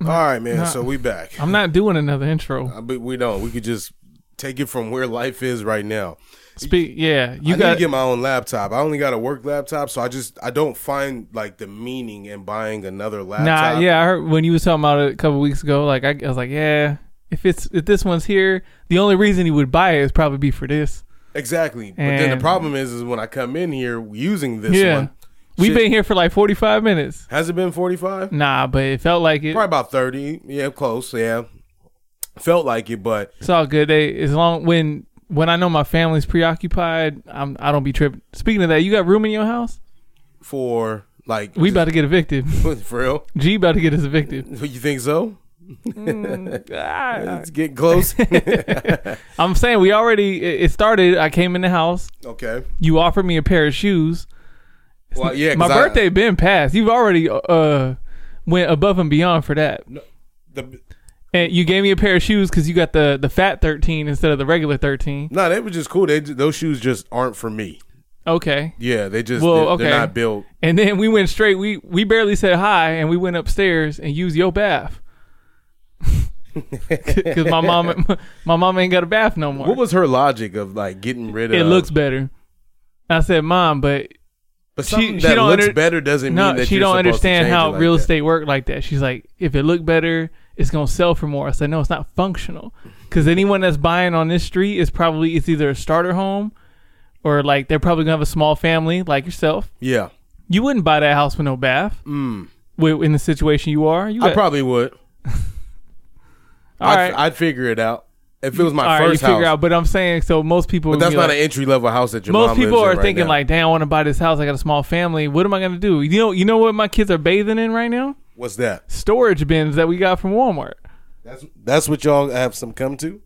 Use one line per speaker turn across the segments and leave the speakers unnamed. All right, man. so we back.
I'm not doing another intro.
I be- we don't. We could just take it from where life is right now.
Speak. Yeah, you
I need
got.
to get my own laptop. I only got a work laptop, so I just I don't find like the meaning in buying another laptop.
Nah, yeah, I heard when you was talking about it a couple weeks ago. Like I, I was like, yeah, if it's if this one's here, the only reason he would buy it is probably be for this.
exactly. but then the
And-
problem is, is when I come in here using this
yeah,
one,
we've
shit-
been here for like 45 minutes.
Has it been forty five?
Nah, but it felt like it.
Probably about thirty. Yeah, close. Yeah, felt like it, but
It's all good. They as long when when I know my family's preoccupied, I'm I don't be tripping. Speaking of that, you got room in your house?
for like
We about to get evicted.
for real.
G about to get us evicted.
You think so?
Ah,
Let's get close.
I'm saying we already it it started. I came in the house.
okay.
You offered me a pair of shoes.
Well, yeah. 'cause
my
I-
birthday been passed. You've already uh went above and beyond for that.
the-
And you gave me a pair of shoes because you got the the fat 13 instead of the regular 13.
No, they were just cool. They those shoes just aren't for me.
Okay.
Yeah, they just
Well,
they're,
okay.
they're not built.
And then we went straight. We we barely said hi, and we went upstairs and used your bath. Because my mom, my mom ain't got a bath no more.
What was her logic of like getting rid of?
it looks better. I said, Mom, but
but
she-
something
she
that
don't
looks
under-
better doesn't mean
no,
that
she
you're
don't
supposed to
understand
change it
how
like
real
that.
estate work like that. She's like, if it looked better, it's gonna sell for more. I said, no, it's not functional. Because anyone that's buying on this street is probably it's either a starter home, or like they're probably gonna have a small family like yourself.
Yeah,
You wouldn't buy that house with no bath. Mm. in the situation you are, you
I
got,
probably would.
all
I'd,
right.
I'd figure it out if it was my
all right, you
first house.
figure out. But I'm saying, so most people.
but
would
that's
be
not
like-
an entry level house that your
most
mom
people
lives
are
in right
thinking
now.
like, "Damn, I want to buy this house. I got a small family. What am I gonna do?" You know, you know what my kids are bathing in right now?
what's that?
Storage bins that we got from Walmart.
That's that's what y'all have some come to.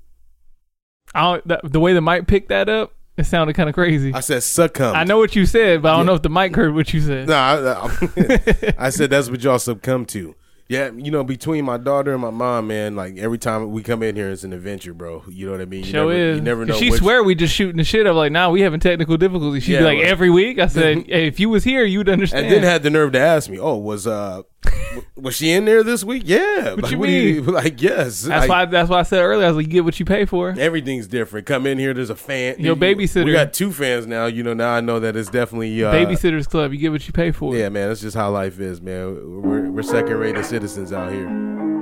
I don't, the, the way the mic picked that up, it sounded kind of crazy.
I
I,
said succumb.
know what you said, but I don't know if the mic heard what you said.
No, I, I, I said that's what y'all succumb to. Yeah, you know, between my daughter and my mom, man, like every time we come in here, it's an adventure, bro. You know what I mean? You
Show
never,
is.
You never
If
know.
she
which-
swear we just shooting the shit up. Like, nah, we having technical difficulties. She'd
Yeah,
be like,
well-
every week. I said, hey, if you was here, you'd understand.
And then had the nerve to ask me, "Oh, was uh, w- was she in there this week? Yeah. Like,
you
do like, yes.
that's
Like,
why. That's why I said earlier. I was like, you get what you pay for.
everything's different. Come in here, there's a fan.
Your babysitter.
We got two fans now. You know, now I know that it's definitely uh,
Babysitters Club. You get what you pay for.
Yeah, man, that's just how life is, man. We're, we're second rated citizens out here.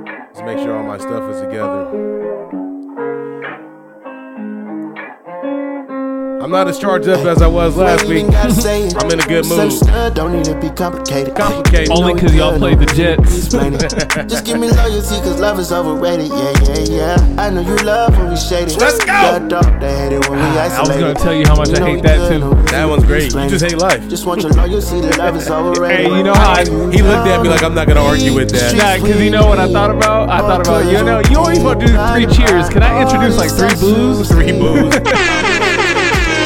Let's make sure all my stuff is together. I'm not as charged up as I was last week. I'm
I'm
in a good mood.
Don't need to be complicated.
Complicated.
Only 'cause y'all played the Jets.
Just give me loyalty, cause love is overrated. Yeah, yeah, yeah. I know you love when we shade it.
Let's go. Ah,
Your dog, they hate it when we
I was
isolate
gonna
it.
tell you how much I
know
hate
we
that
good,
too.
no reason
That
to
one's great. You
explain
just
it.
hate life.
Just want your loyalty, the love is overrated.
Hey, you know how I-
He looked at me like I'm not gonna argue with that.
Nah, cause you know what I thought about? I thought about you know you always want to do three cheers. Can I introduce like three blues?
Three booze.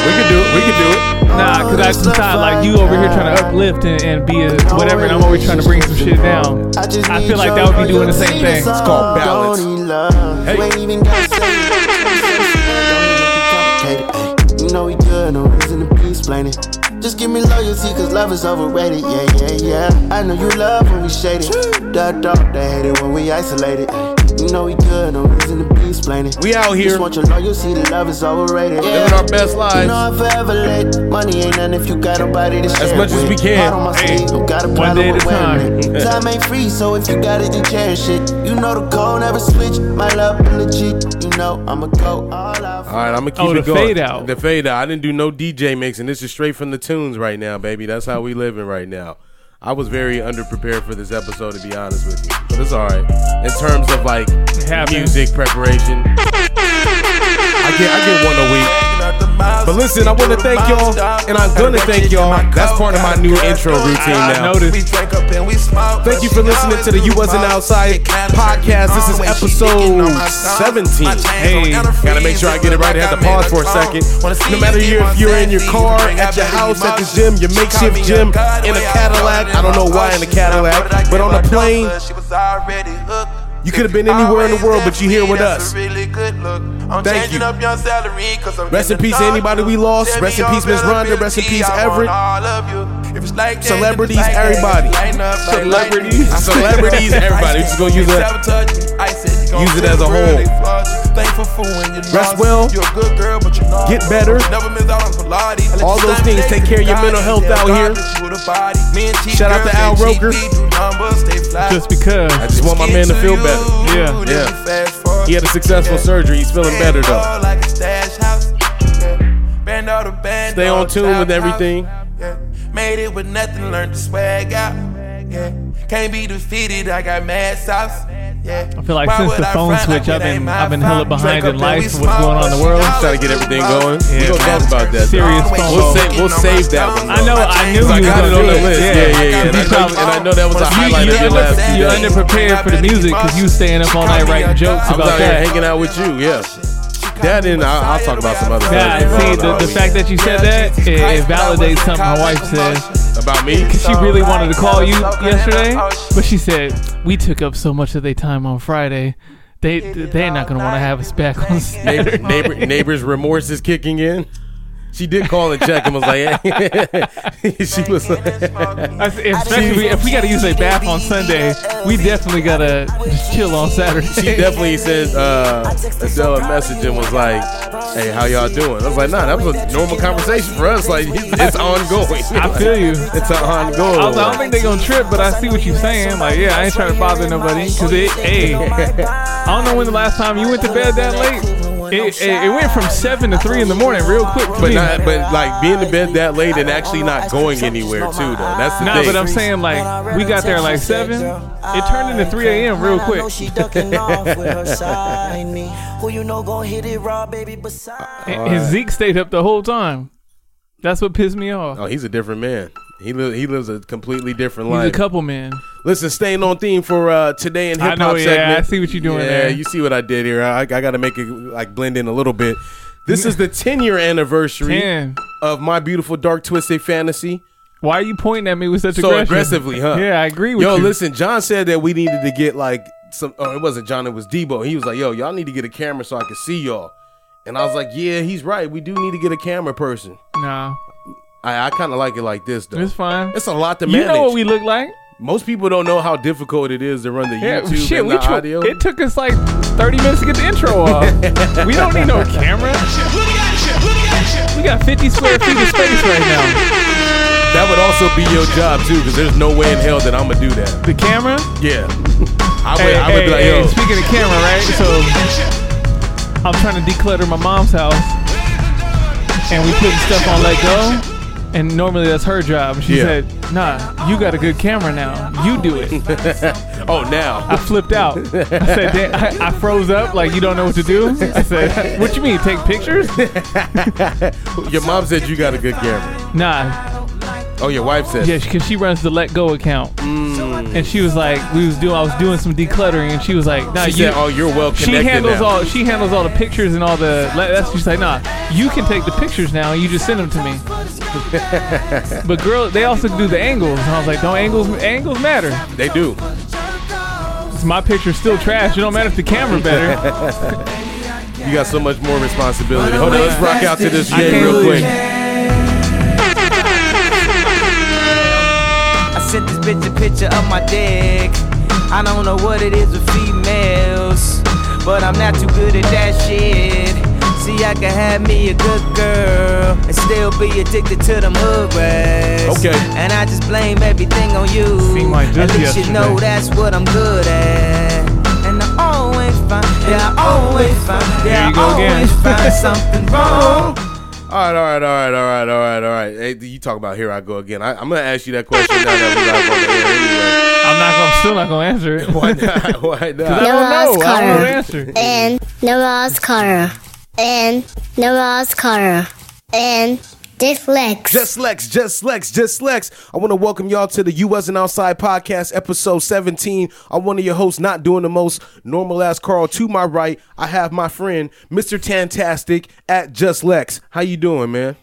we can do it. We can do it.
Nah, cause I just thought like you over here trying to uplift and, and be a whatever, and I'm always trying to bring some shit down.
I just
I
need
feel like
your
that would be doing the
loyalty,
same thing.
that's
called
all.
balance.
Don't need love.
Hey.
You ain't even got to say it. Don't need to be complicated, ay. You know we good, no reason to be explaining. Just give me loyalty, cause love is overrated. Yeah, yeah, yeah. I know you love when we shade it. The dog, they hate it when we isolate it. ay. You know we good, no reason to be explaining.
We out here.
Just want your loyalty, the love is overrated.
Living our best
You know
lives.
I'm forever late. Money ain't nothing if you got nobody to share
much as
it
we
with.
can.
Heart on my
Hey.
sleeve, don't got a
One day at a
time. time ain't free, so if you got it, then cherish it. You know the code never switch. My love been legit. You know I'ma go all out.
All right, I'm gonna keep
Oh,
it
the
going.
fade out.
The fade out. I didn't do no DJ mixing. This is straight from the tunes right now, baby. That's how we living right now. I was very underprepared for this episode, to be honest with you. But it's all right in terms of like
happens.
music preparation. I get I get one a week. But listen, I want to thank y'all, and I'm gonna thank y'all. That's part of my new intro routine
I
now.
noticed.
Thank you for listening to the You Wasn't Outside podcast. This is episode 17. Hey, gotta make sure I get it right. I had to pause for a second. No matter you, if you're in your car, at your house, at the gym, your makeshift gym, in a Cadillac. I don't know why in a Cadillac, but on a plane.
You could have been anywhere in the world, but you here with us.
Thank
Thank
you.
you. Rest in peace to anybody we lost. Rest in peace, Miss Rhonda. Rest in peace, Everett. If it's like that,
Celebrities,
if it's like
everybody.
That, lighten up, like
Celebrities.
lightning.
Celebrities, everybody. We just gonna use that.
Sabotage me. I said you gonna
Use it
feel
as a
the real,
whole.
they flawless. Thankful for when you
Rest
lost.
well.
You're a good girl, but you know
Get better.
Never miss out on Pilates. I let
All
you
those
slide
things.
today
Take
to
care of your
God.
mental health
Tell
out
God
here.
that you the body. Me and T
Shout out
girls
to Al
and
Roker.
GP do numbers, they fly.
Just because.
I just want my man to feel better.
Yeah.
Yeah.
yeah.
He had a successful surgery. He's feeling better though.
Like a stash house. Yeah. Band all the band
Stay on
all the
tune
top
with
house.
everything.
Yeah. Made it with nothing, learned to swag out. Yeah. Can't be defeated, I got mad sauce. Yeah.
I feel like
Why
since
would
the
I
phone
front
switch, I've
like it
been-
ain't my
I've been hella
fault?
behind
Drink up
in
till
life
we
with what's going on in the
smile,
world.
but she
Trying to get everything
hollers
going.
at
We
me.
gonna talk about that.
Serious phone
We'll
call.
save, we'll save that one.
I know. I knew
Cause I
you
got
was
it on the
gonna do it.
list. Yeah,
Yeah.
yeah, yeah. And I,
You
know,
probably-
and I know that was a
You-
highlight
you,
of your
under-
last few
you
days.
underprepared for the music because you staying up all night writing jokes
I was
about
out here
that.
hanging out with you. Yeah. That and I, I'll talk about some other
Yeah,
stuff.
see, the, the fact that you said that, it, it validates something my wife said.
about me.
She really wanted to call you yesterday, but she said, We took up so much of their time on Friday. They, they're not going to want to have us back on
neighbor,
Saturday.
neighbor, neighbor's remorse is kicking in. She did call and check and was like, she was like,
I s- Especially if we, if we got to use a bath on Sunday, we definitely got to just chill on Saturday.
she definitely sent uh, Adele a message and was like, hey, how y'all doing? I was like, nah, that was a normal conversation for us. Like, it's, it's ongoing.
I feel you.
It's an ongoing.
I, was, like, I don't think they gonna trip, but I see what you're saying. Like, yeah, I ain't trying to bother nobody because it. Hey, I don't know when the last time you went to bed that late. It, it, it went from seven to three in the morning, real quick. To
but
me.
not, but like being in bed that late and actually not going anywhere too though. That's the
Nah,
thing.
but I'm saying like we got there like seven. It turned into 3 a.m. real quick. And, and Zeke stayed up the whole time. That's what pissed me off.
oh, he's a different man. He li- he lives a completely different
He's a
life.
couple man.
Listen, staying on theme for uh, today in
I
hip
know,
hop
yeah,
segment.
I see what you're doing
Yeah,
there.
you see what I did here. I, I got to make it like blend in a little bit. This is the 10 year anniversary
Man,
of my beautiful dark twisted fantasy.
why are you pointing at me with such
So
aggression?
aggressively, huh?
Yeah, I agree with
Yo,
you.
listen, John said that we needed to get like some. Oh, it wasn't John. It was Debo. He was like, "Yo, y'all need to get a camera so I can see y'all." And I was like, "Yeah, he's right. We do need to get a camera person."
Nah,
I, I kind of like it like this though.
it's
It's,
fine.
a lot to
You
manage.
know what we look like.
Most people don't know how difficult it is to run the
Yeah,
YouTube
shit,
and
we
the
tr-
audio.
it took us like 30 minutes to get the intro off. we don't need no camera. We got 50 square feet of space right now.
That would also be your job too, because there's no way in hell that I'm gonna do that.
The camera?
Yeah, I would.
Hey,
I would
hey,
be like,
hey,
yo,
speaking of camera, right? So I'm trying to declutter my mom's house, and we putting stuff on Let Go. And normally that's her job. And She
Yeah.
said, "Nah, you got a good camera now. You do it."
oh now.
I flipped out. I said, Damn, I, I froze up like you don't know what to do. I said, "What you mean? Take pictures?
Your mom said you got a good camera.
Nah,
Oh, your wife said.
Yeah, because she runs the Let Go account, and she was like, we was doing, I was doing some decluttering, and she was like, Nah,
She
you.
said, "Oh, you're well
she
connected
handles
now."
all, she handles all the pictures and all the. le- That's she's like, Nah, you can take the pictures now, and you just send them to me. but girl, they also do the angles, and I was like, Don't angles, angles matter.
They do.
It's my picture's still trash. It don't matter if the camera better.
You got so much more responsibility. Hold on, let's rock out to this
I
Jay
can't
real
believe-
quick.
I sent this bitch a picture of my dick. I don't know what it is with females, but I'm not too good at that shit. See, I can have me a good girl and still be addicted to them hood rats.
Okay.
And I just blame everything on you.
Seemed like
at
just
least you
yesterday.
know that's what I'm good at. And I always find, yeah, I always find,
There
yeah,
you go
I
again.
always find something wrong.
All right, all right, all right, all right, all right, all right. Hey, you talk about here I go again. I, I'm gonna ask you that question now that
I'm not gonna, still not gonna answer it.
we live on the air anyway. Why not? Why
I
not?
don't
Namaskar.
know. I don't know the answer.
and Namaskar and Namaskar and Deflex.
Just Lex, just Lex, just Lex. I want to welcome y'all to the You Wasn't Outside podcast, episode 17. I'm one of your hosts, not doing the most normal ass Carl. To my right, I have my friend, Mr. Tantastic at Just Lex. How you doing, man?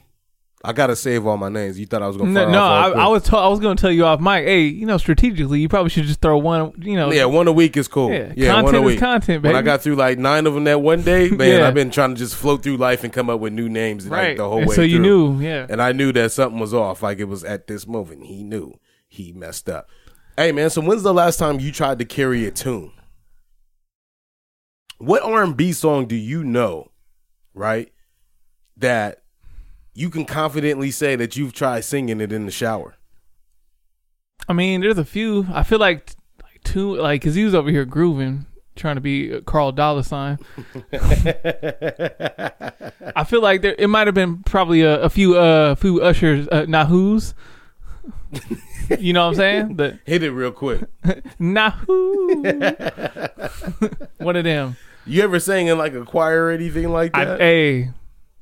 I gotta save all my names. You thought I was gonna
No,
fire
no
off all
I,
three.
I was t- I was gonna tell you off mic. Hey, you know, strategically, you probably should just throw one. You know,
Yeah, one a week is cool.
Yeah,
Yeah,
content
one a
is
week.
content,
When I
baby.
got through like nine of them that one day, man,
Yeah.
I've been trying to just float through life and come up with new names like,
right.
the whole
and
way.
so you
through.
knew, yeah.
and I knew that something was off. Like it was at this moment, he knew he messed up. Hey man, so when's the last time you tried to carry a tune? What R and B song do you know, right? That you can confidently say that you've tried singing it in the shower.
I mean, there's a few. I feel like like two, like because he was over here grooving, trying to be uh, Carl Dollar Sign. I feel like there it might have been probably a, a few uh few ushers uh, Nahoos. you know what I'm saying? The
Hit it real quick.
Nahoo. One of them.
You ever sang in like a choir or anything like
I,
that?
hey,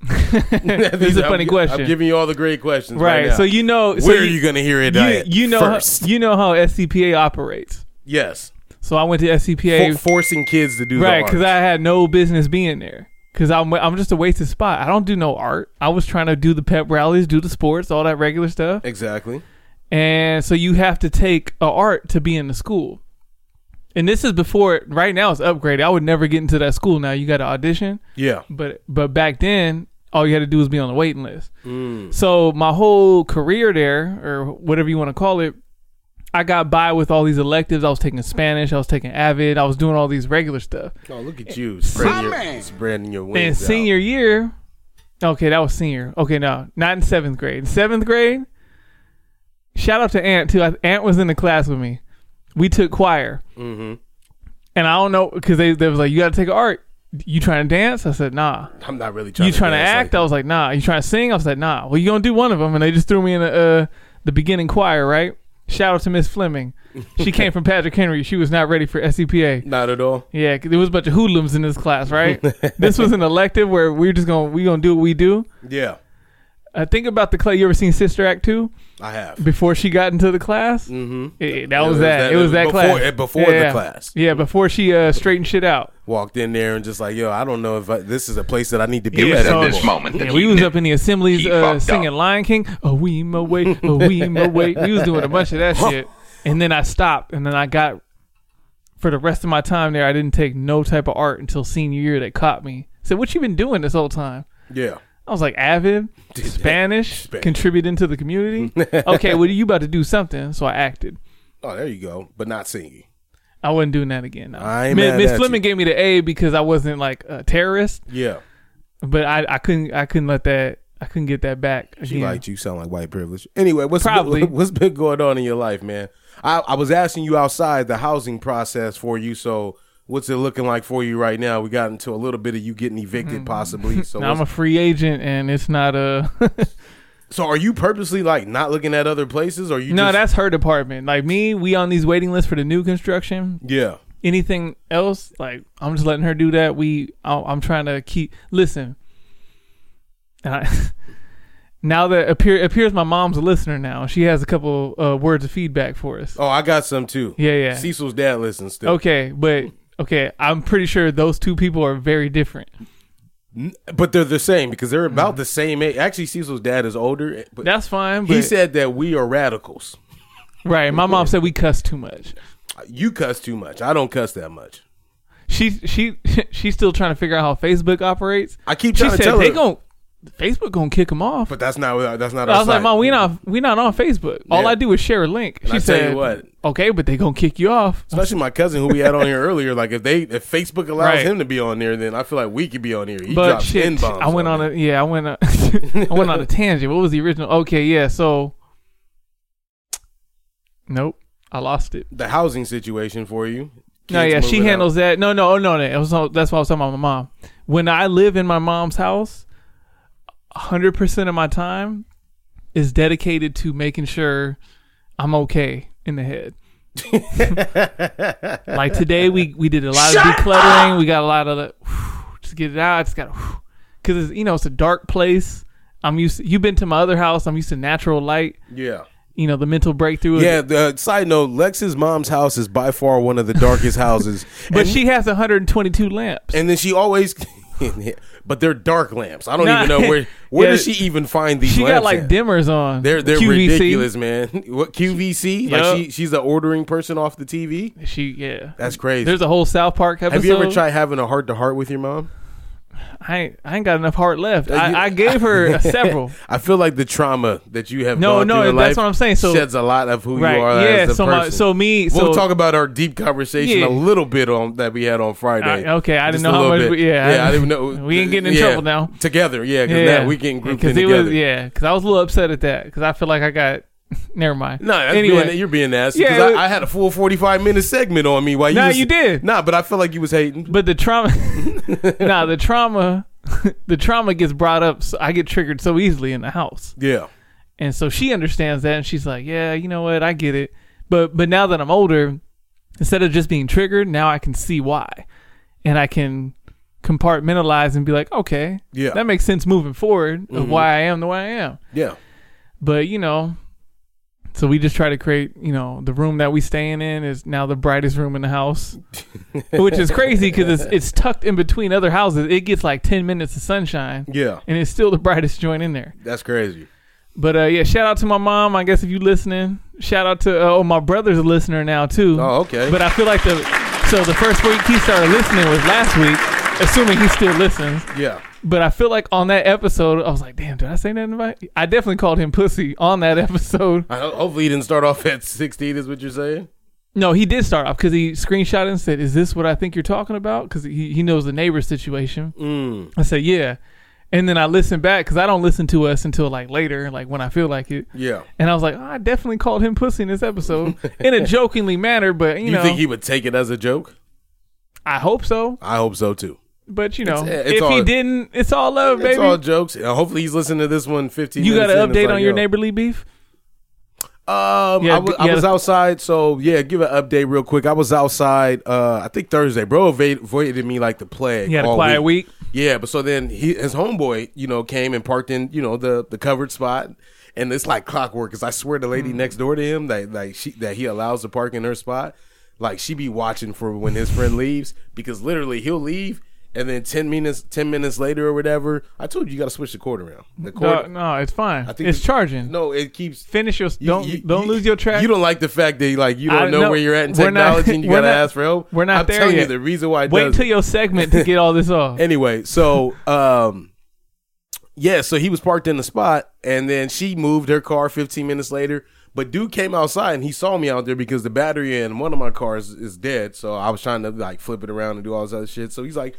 this is a
I'm
funny
gi-
question.
I'm giving you all the great questions. Right.
right.
now.
So you know. so
where are you going to hear it?
You,
at
you know
First.
How, you know how SCPA operates.
yes.
So I went to SCPA.
For- forcing kids to do the
right because i had no business being there because I'm, I'm just a wasted spot i don't do no art i was trying to do the pep rallies do the sports all that regular stuff
exactly.
and so you have to take a art to be in the school and this is before right now it's upgraded i would never get into that school now you got to audition
Yeah.
but but back then all you had to do was be on the waiting list so my whole career there or whatever you want to call it i got by with all these electives i was taking spanish i was taking avid i was doing all these regular stuff
Oh, look at you spreading your, spreading your wings.
in
out.
senior year, okay, that was senior. Okay, no, not in seventh grade. In seventh grade, shout out to Aunt too. I- Aunt was in the class with me. We took choir, mm-hmm. and I don't know because they they was like, "You got to take art." You trying to dance? I said, "Nah."
I'm not really trying.
you
to
trying to
dance
act?
like
I was like, "Nah." You trying to sing? I was like, "Nah." Well, you gonna do one of them, and they just threw me in the uh, the beginning choir, right? Shout out to Miss Fleming. She came from Patrick Henry. She was not ready for E SCPA.
Not at all.
Yeah, 'cause there was a bunch of hoodlums in this class, right? this was an elective where we are just gonna we gonna do what we do.
Yeah,
Uh, think about the clay. You ever seen Sister Act two?
I have.
Before she got into the class, mm-hmm. that was that. It was that
before-
class.
it- before the class.
Yeah, before she uh, straightened shit out.
Walked in there and just like, yo, I don't know if I, this is a place that I need to be
Yeah,
at
so-
this moment.
Yeah, we was up in the assemblies
He
uh,
fucked
singing
up.
Lion King. A wee my way, a wee my way. We was doing a bunch of that shit, and then I stopped, and then I got for the rest of my time there. I didn't take no type of art until senior year. That caught me. Said, "What you been doing this whole time?"
Yeah,
I was like, avid, Spanish, contributing to the community. okay, well, you about to do something, so I acted.
oh, there you go, but not singing.
I wasn't doing that again. No.
I ain't
Mi-
mad
Miss
at you.
Fleming gave me the A because I wasn't like a terrorist,
Yeah,
but I, I couldn't I couldn't let that I couldn't get that back
she
again.
liked you. Sound like white privilege. Anyway, what's
Probably.
been, what's been going on in your life, man? I, I was asking you outside the housing process for you, so. What's it looking like for you right now? We got into a little bit of you getting evicted, possibly. So,
Mm. Now I'm a
what's-
free agent, and it's not a
so are you purposely like not looking at other places, or you?
no.
just,
That's her department. Like me, we on these waiting lists for the new construction.
yeah.
anything else, like I'm just letting her do that. We, I- I'm trying to keep listen. And I, now that appear appears my mom's a listener now. She has a couple uh, words of feedback for us.
Oh, I got some too.
Yeah, yeah.
Cecil's dad listens still.
Okay, but okay, I'm pretty sure those two people are very different.
But they're the same because they're about the same age. Actually, Cecil's dad is older. eh, But
Mm. That's fine. But,
he said that we are radicals.
right. My mom said we cuss too much.
You cuss too much. I don't cuss that much.
She she she's still trying to figure out how Facebook operates.
I keep
She
trying to
said
tell
they
her.
gon' Facebook gonna kick them off.
But that's not. That's not.
I
our
was like,
site.
Mom, we not we not on Facebook. All
Yeah.
I do is share a link. She
I tell
said,
you what.
Okay, but they gonna kick you off.
Especially my cousin who we had on here earlier. Like if they if Facebook allows
Right.
him to be on there, then I feel like we could be on here. He
But
drops
shit,
N-bombs
I went on
there.
a yeah, I went on, I went on a tangent. What was the original? Okay, yeah. So, nope, I lost it.
the housing situation for you.
No,
Kids
yeah, she
moving out.
handles that. No, no, oh, no, no. It was, that's why I was talking about my mom. When I live in my mom's house, 100% of my time is dedicated to making sure I'm okay in the head. like today, we, we did a lot of decluttering. We got a lot of the, just get it out. Just got because you know it's a dark place. I'm used. To, you've been to my other house. I'm used to natural light.
Yeah.
You know the mental breakthrough. is-
Yeah, the side note, Lex's mom's house is by far one of the darkest houses.
but
And-
she has 122 lamps.
and then she always but they're dark lamps. I don't
Nah.
even know where where
Yeah.
does she even find these
She
lamps
got like
at?
dimmers on.
They're they're
QVC.
ridiculous, man. What QVC?
Yup.
Like she she's the ordering person off the TV.
She yeah.
That's crazy.
There's a whole South Park episode.
Have you ever tried having a heart to heart with your mom?
I ain't, I ain't got enough heart left.
Uh, you-
I, I gave her several.
I feel like the trauma that you have
No,
gone
no,
through in
that's
life
what I'm saying. So-
sheds a lot of who you are
right. Yeah.
as a
So
person.
my, so me. So
we'll talk about our deep conversation
Yeah.
a little bit on that we had on Friday.
Uh, okay, I
Just
didn't know
a
how
little
much we- yeah,
yeah,
I-
I didn't know.
we ain't getting in
Yeah,
trouble now.
Together, yeah, because now we getting grouped in
it
together.
was yeah. Because I was a little upset at that because I feel like I got. Never mind.
No, that's
anyway,
being, you're being nasty.
Yeah,
Because
it-
I, I had a full 45 minute segment on me while you.
Nah,
was-
you did.
Nah, but I feel like you was hating.
but the trauma. nah, the trauma. the trauma gets brought up. So I get triggered so easily in the house.
Yeah,
And so she understands that and she's like, "Yeah, you know what? I get it." But but now that I'm older, instead of just being triggered, now I can see why. And I can compartmentalize and be like, "Okay,
Yeah. Mm-hmm.
That makes sense moving forward of why I am the way I am."
yeah.
But, you know, so we just try to create, you know, the room that we staying in is now the brightest room in the house, which is crazy cuz it's it's tucked in between other houses. It gets like 10 minutes of sunshine.
Yeah.
And it's still the brightest joint in there.
That's crazy.
But uh, yeah, shout out to my mom. I guess if you listening, shout out to uh, oh my brother's a listener now too.
Oh, okay.
But I feel like the so the first week he started listening was last week, assuming he still listens.
Yeah.
But I feel like on that episode, I was like, damn, did I say nothing about? It? I definitely called him pussy on that episode.
I, ho- hopefully you didn't start off at 16. Is what you're saying?
No, he did start off because he screenshot and said, "Is this what I think you're talking about?" Because he he knows the neighbor situation.
Mm.
I said, "Yeah," and then I listened back because I don't listen to us until like later, like when I feel like it.
Yeah.
And I was like, "Oh, I definitely called him pussy in this episode in a jokingly manner, but you,
You,
know,
think he would take it as a joke?
I hope so.
I hope so too.
But you know,
It's- it's
if he
all-
didn't, it's all love,
It's
baby.
all jokes. Uh, hopefully he's listening to this one 15.
you got
minutes
an
in. It's
update
like,
on your
yo.
neighborly beef?
Um,
Yeah,
I wa-
g-
I
yeah.
was outside, so yeah, give an update real quick. I was outside. Uh, I think Thursday, bro evade- avoided me like the plague.
You had a
all
quiet week.
Yeah, but so then he, his homeboy, you know, came and parked in, you know, the the covered spot, and it's like clockwork. Cause I swear, the
Mm.
lady next door to him, that like she that he allows to park in her spot, like she be watching for when his friend leaves, because literally he'll leave. And then ten minutes, ten minutes later or whatever, I told you you got to switch the cord around. The cord,
No, no, it's fine.
I think
it's
the-
charging.
No, it keeps
Finish your
you-
don't
you-
don't
you-
lose your track.
You don't like the fact that like you don't
I-
know
no,
where you're at in
we're not-
technology and you
we're
gotta
not-
ask for help.
We're not
I'm
there
telling
yet.
you the reason why. It
Wait
does
till your segment to get all this off.
anyway, so um, yeah, so he was parked in the spot, and then she moved her car 15 minutes later. But dude came outside and he saw me out there because the battery in one of my cars is dead. So I was trying to like flip it around and do all this other shit. So he's like,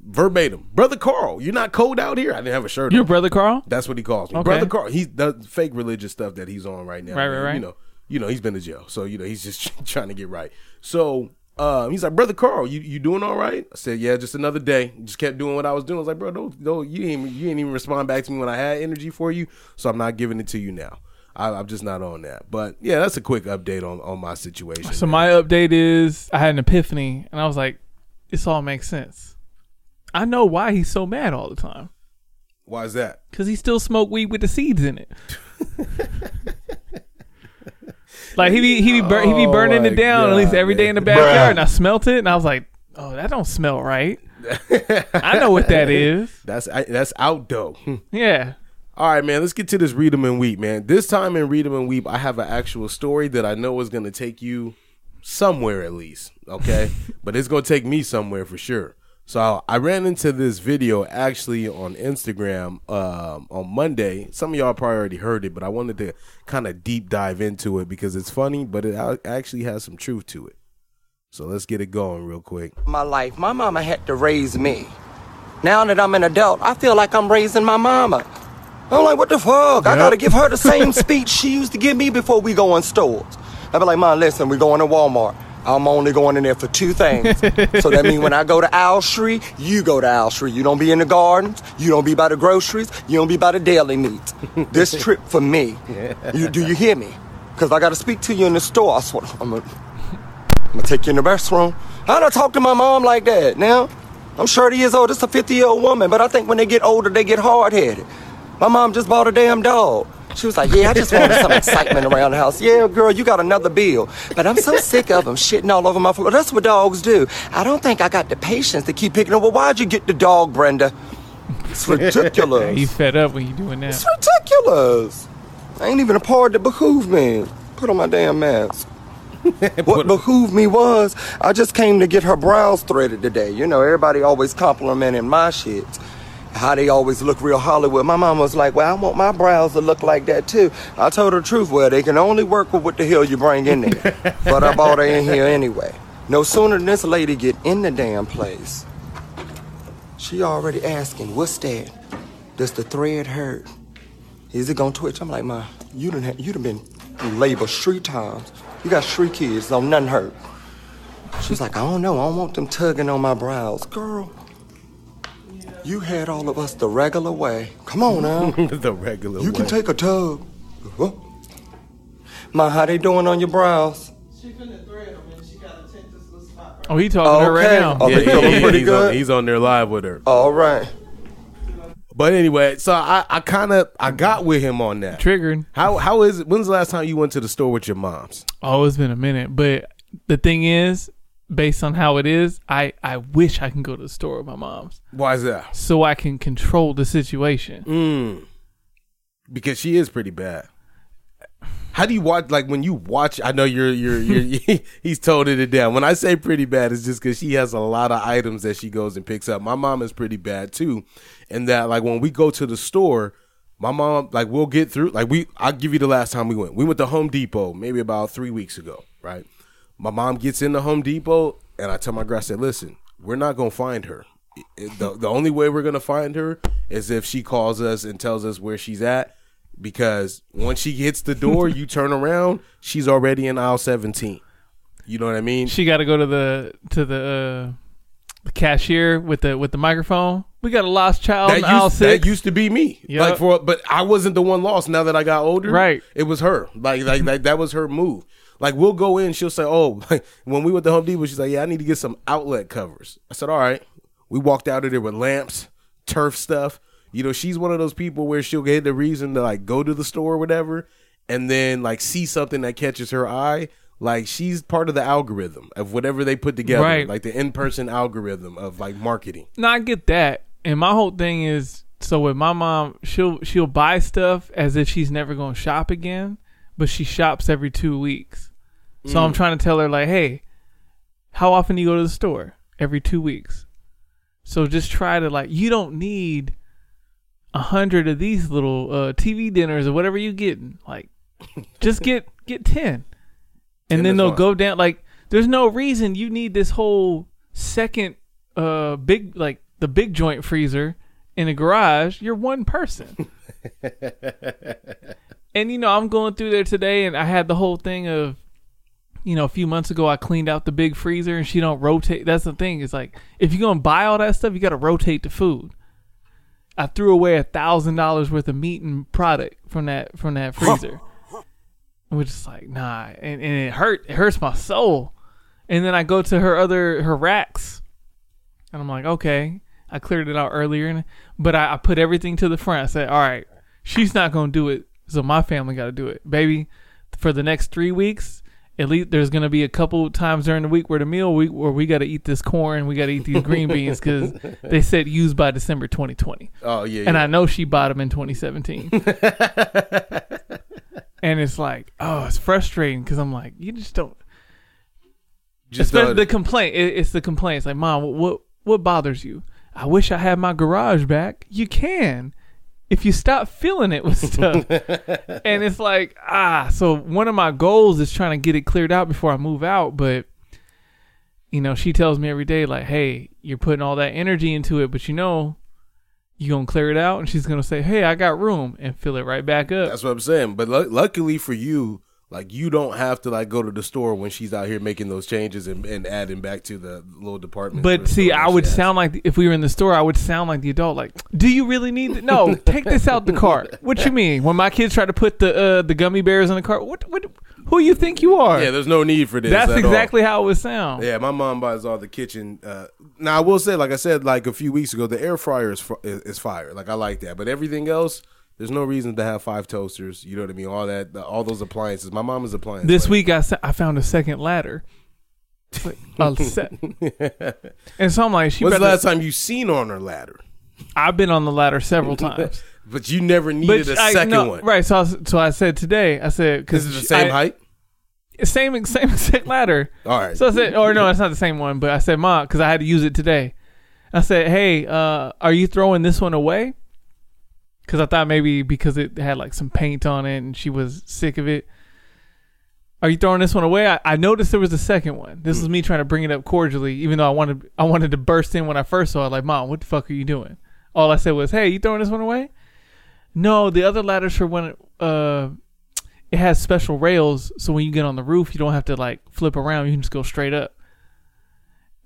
verbatim, brother Carl, you're not cold out here. I didn't have a shirt.
your
on.
brother Carl?
That's what he calls me,
Okay.
brother Carl. He's the fake religious stuff that he's on right now.
Right, right,
man.
right.
You know, you know, he's been to jail, so you know he's just trying to get right. So um, he's like, brother Carl, you, you doing all right? I said, yeah, just another day. Just kept doing what I was doing. I was like, bro, don't, don't you didn't even, you didn't even respond back to me when I had energy for you, so I'm not giving it to you now. I, I'm just not on that. But yeah, that's a quick update on on my situation.
So my update is I had an epiphany and I was like, this all makes sense. I know why he's so mad all the time.
Why is that?
Cause he still smoke weed with the seeds in it. like he be he be, bur- he be
Oh
burning
my
it down at least
God,
every day in the backyard, and I smelt it, and I was like, "Oh, that don't smell right." I know what that is.
That's I, that's Hmm. outdo.
Yeah,
All right, man, let's get to this Read 'em and Weep, man. This time in Read 'em and Weep, I have an actual story that I know is going to take you somewhere at least, okay? but it's going to take me somewhere for sure. So I ran into this video actually on Instagram um, on Monday. Some of y'all probably already heard it, but I wanted to kind of deep dive into it because it's funny, but it a- actually has some truth to it. So let's get it going real quick.
my life. My mama had to raise me. Now that I'm an adult, I feel like I'm raising my mama. I'm like, what the fuck? I gotta give her the same speech she used to give me before we go in stores. I be like, Mom, listen, we're going to Walmart. I'm only going in there for two things. so that means when I go to Owl Street, you go to Owl Street. You don't be in the gardens. You don't be by the groceries. You don't be by the daily needs. This trip for me. You, do you hear me? Because I gotta speak to you in the store. I swear, I'm a, I'm gonna take you in the restroom. I don't talk to my mom like that now. I'm 30 years old. This a 50 year old woman, but I think when they get older, they get hard headed. My mom just bought a damn dog. She was like, Yeah, I just wanted some excitement around the house. Yeah, girl, you got another bill. But I'm so sick of them shitting all over my floor. That's what dogs do. I don't think I got the patience to keep picking up. Well, why'd you get the dog, Brenda? It's ridiculous.
You fed up when you doing that.
It's ridiculous. I ain't even a part that behooved me. Put on my damn mask. what behooved me was I just came to get her brows threaded today. You know, everybody always complimenting my shit. How they always look real Hollywood. My mom was like, Well, I want my brows to look like that too. I told her the truth. Well, they can only work with what the hell you bring in there. but I bought her in here anyway. No sooner than this lady get in the damn place, she already asking, What's that? Does the thread hurt? Is it gonna twitch? I'm like, Ma, you done, ha- you done been in labor three times. You got three kids, don't nothing hurt. She's like, I don't know, I don't want them tugging on my brows. Girl, you had all of us the regular way. Come on now.
the regular
You
way.
can take a tug. Huh? Ma, how they doing on your brows?
Oh, he talking to her
Okay.
right now.
Oh,
yeah,
they
yeah,
feeling
yeah,
pretty
he's,
good?
On, he's on there live with her.
All right.
But anyway, so I, I kind of I got with him on that.
Triggered.
How how is it? When's the last time you went to the store with your moms?
Oh, it's been a minute. But the thing is, based on how it is, I, I wish I can go to the store with my mom's
Why is that?
so I can control the situation.
Mm. Because she is pretty bad. How do you watch? Like when you watch, I know you're you're, you're he's toning it down. When I say pretty bad, it's just because she has a lot of items that she goes and picks up. My mom is pretty bad too, and that like when we go to the store, my mom like we'll get through. Like we, I'll give you the last time we went. We went to Home Depot maybe about three weeks ago, right? My mom gets in the Home Depot, and I tell my girl, I said, "Listen, we're not gonna find her. It- it- the The only way we're gonna find her is if she calls us and tells us where she's at." Because once she hits the door, you turn around, she's already in aisle seventeen. You know what I mean?
She got to go to the to the, uh, the cashier with the with the microphone. We got a lost child
that,
in aisle
used, that
six.
used to be me.
Yeah.
Like for but I wasn't the one lost now that I got older.
Right.
It was her. Like like, like that was her move. Like we'll go in, she'll say, Oh, like, when we went to Home Depot, she's like, Yeah, I need to get some outlet covers. I said, All right. We walked out of there with lamps, turf stuff. You know, she's one of those people where she'll get the reason to like go to the store or whatever and then like see something that catches her eye. Like she's part of the algorithm of whatever they put together.
Right.
Like the in person algorithm of like marketing.
No, I get that. And my whole thing is so with my mom, she'll she'll buy stuff as if she's never gonna shop again, but she shops every two weeks. So I'm trying to tell her like, hey, how often do you go to the store? Every two weeks. So just try to like you don't need a hundred of these little uh, TV dinners or whatever you getting. Like just get get ten. And
is
then they'll
fine.
go down like there's no reason you need this whole second uh big like the big joint freezer in a garage, you're one person. and you know, I'm going through there today and I had the whole thing of you know, a few months ago I cleaned out the big freezer and she don't rotate that's the thing, it's like if you're gonna buy all that stuff, you gotta rotate the food. I threw away a thousand dollars worth of meat and product from that from that freezer. And we're just like, nah, and, and it hurt. It hurts my soul. And then I go to her other her racks, and I'm like, okay, I cleared it out earlier, and, but I, I put everything to the front. I said, all right, she's not gonna do it, so my family got to do it, baby. For the next three weeks, at least there's gonna be a couple times during the week where the meal week where we got to eat this corn, we got to eat these green beans because they said used by December 2020
Oh yeah.
and
yeah.
I know she bought them in 2017. and it's like, oh, it's frustrating because I'm like, you just don't.
just
Especially
uh,
the complaint. It, it's the complaint. It's like, mom, what what bothers you? I wish I had my garage back. You can, if you stop filling it with stuff. and it's like, ah. So one of my goals is trying to get it cleared out before I move out, but. You know, she tells me every day, like, hey, you're putting all that energy into it, but you know, you're going to clear it out. And she's going to say, hey, I got room and fill it right back up.
That's what I'm saying. But lu luckily for you, like you don't have to like go to the store when she's out here making those changes and, and adding back to the little department.
But see, I would sound like the- if we were in the store, I would sound like the adult. Like, do you really need? Th- no, take this out the cart. What you mean? When my kids try to put the uh, the gummy bears in the cart, what what? Who you think you are?
Yeah, there's no need for this.
That's
at all.
exactly how it would sound.
Yeah, my mom buys all the kitchen. Uh, now I will say, like I said, like a few weeks ago, the air fryer is fr- is is fire. Like I like that, but everything else There's no reason to have five toasters. You know what I mean? All that, the, all those appliances. My mama's appliance.
This
like,
week I, se- I found a second ladder. Like, a set. and so I'm like, she
When's
better.
the last time you seen on her ladder?
I've been on the ladder several times.
But you never needed a
I-
second
no,
one.
Right. So I, s- so I said today, I said, because
Is it the same height?
Same, same exact ladder.
All right.
So I said, or no, it's not the same one, but I said, Ma, because I had to use it today. I said, hey, uh, are you throwing this one away? Because I thought maybe because it had like some paint on it and she was sick of it. Are you throwing this one away? I, I noticed there was a second one. This was me trying to bring it up cordially, even though I wanted I wanted to burst in when I first saw it. Like, Mom, what the fuck are you doing? All I said was, hey, you throwing this one away? No, the other ladder's for when uh, it has special rails, so when you get on the roof, you don't have to like flip around. You can just go straight up.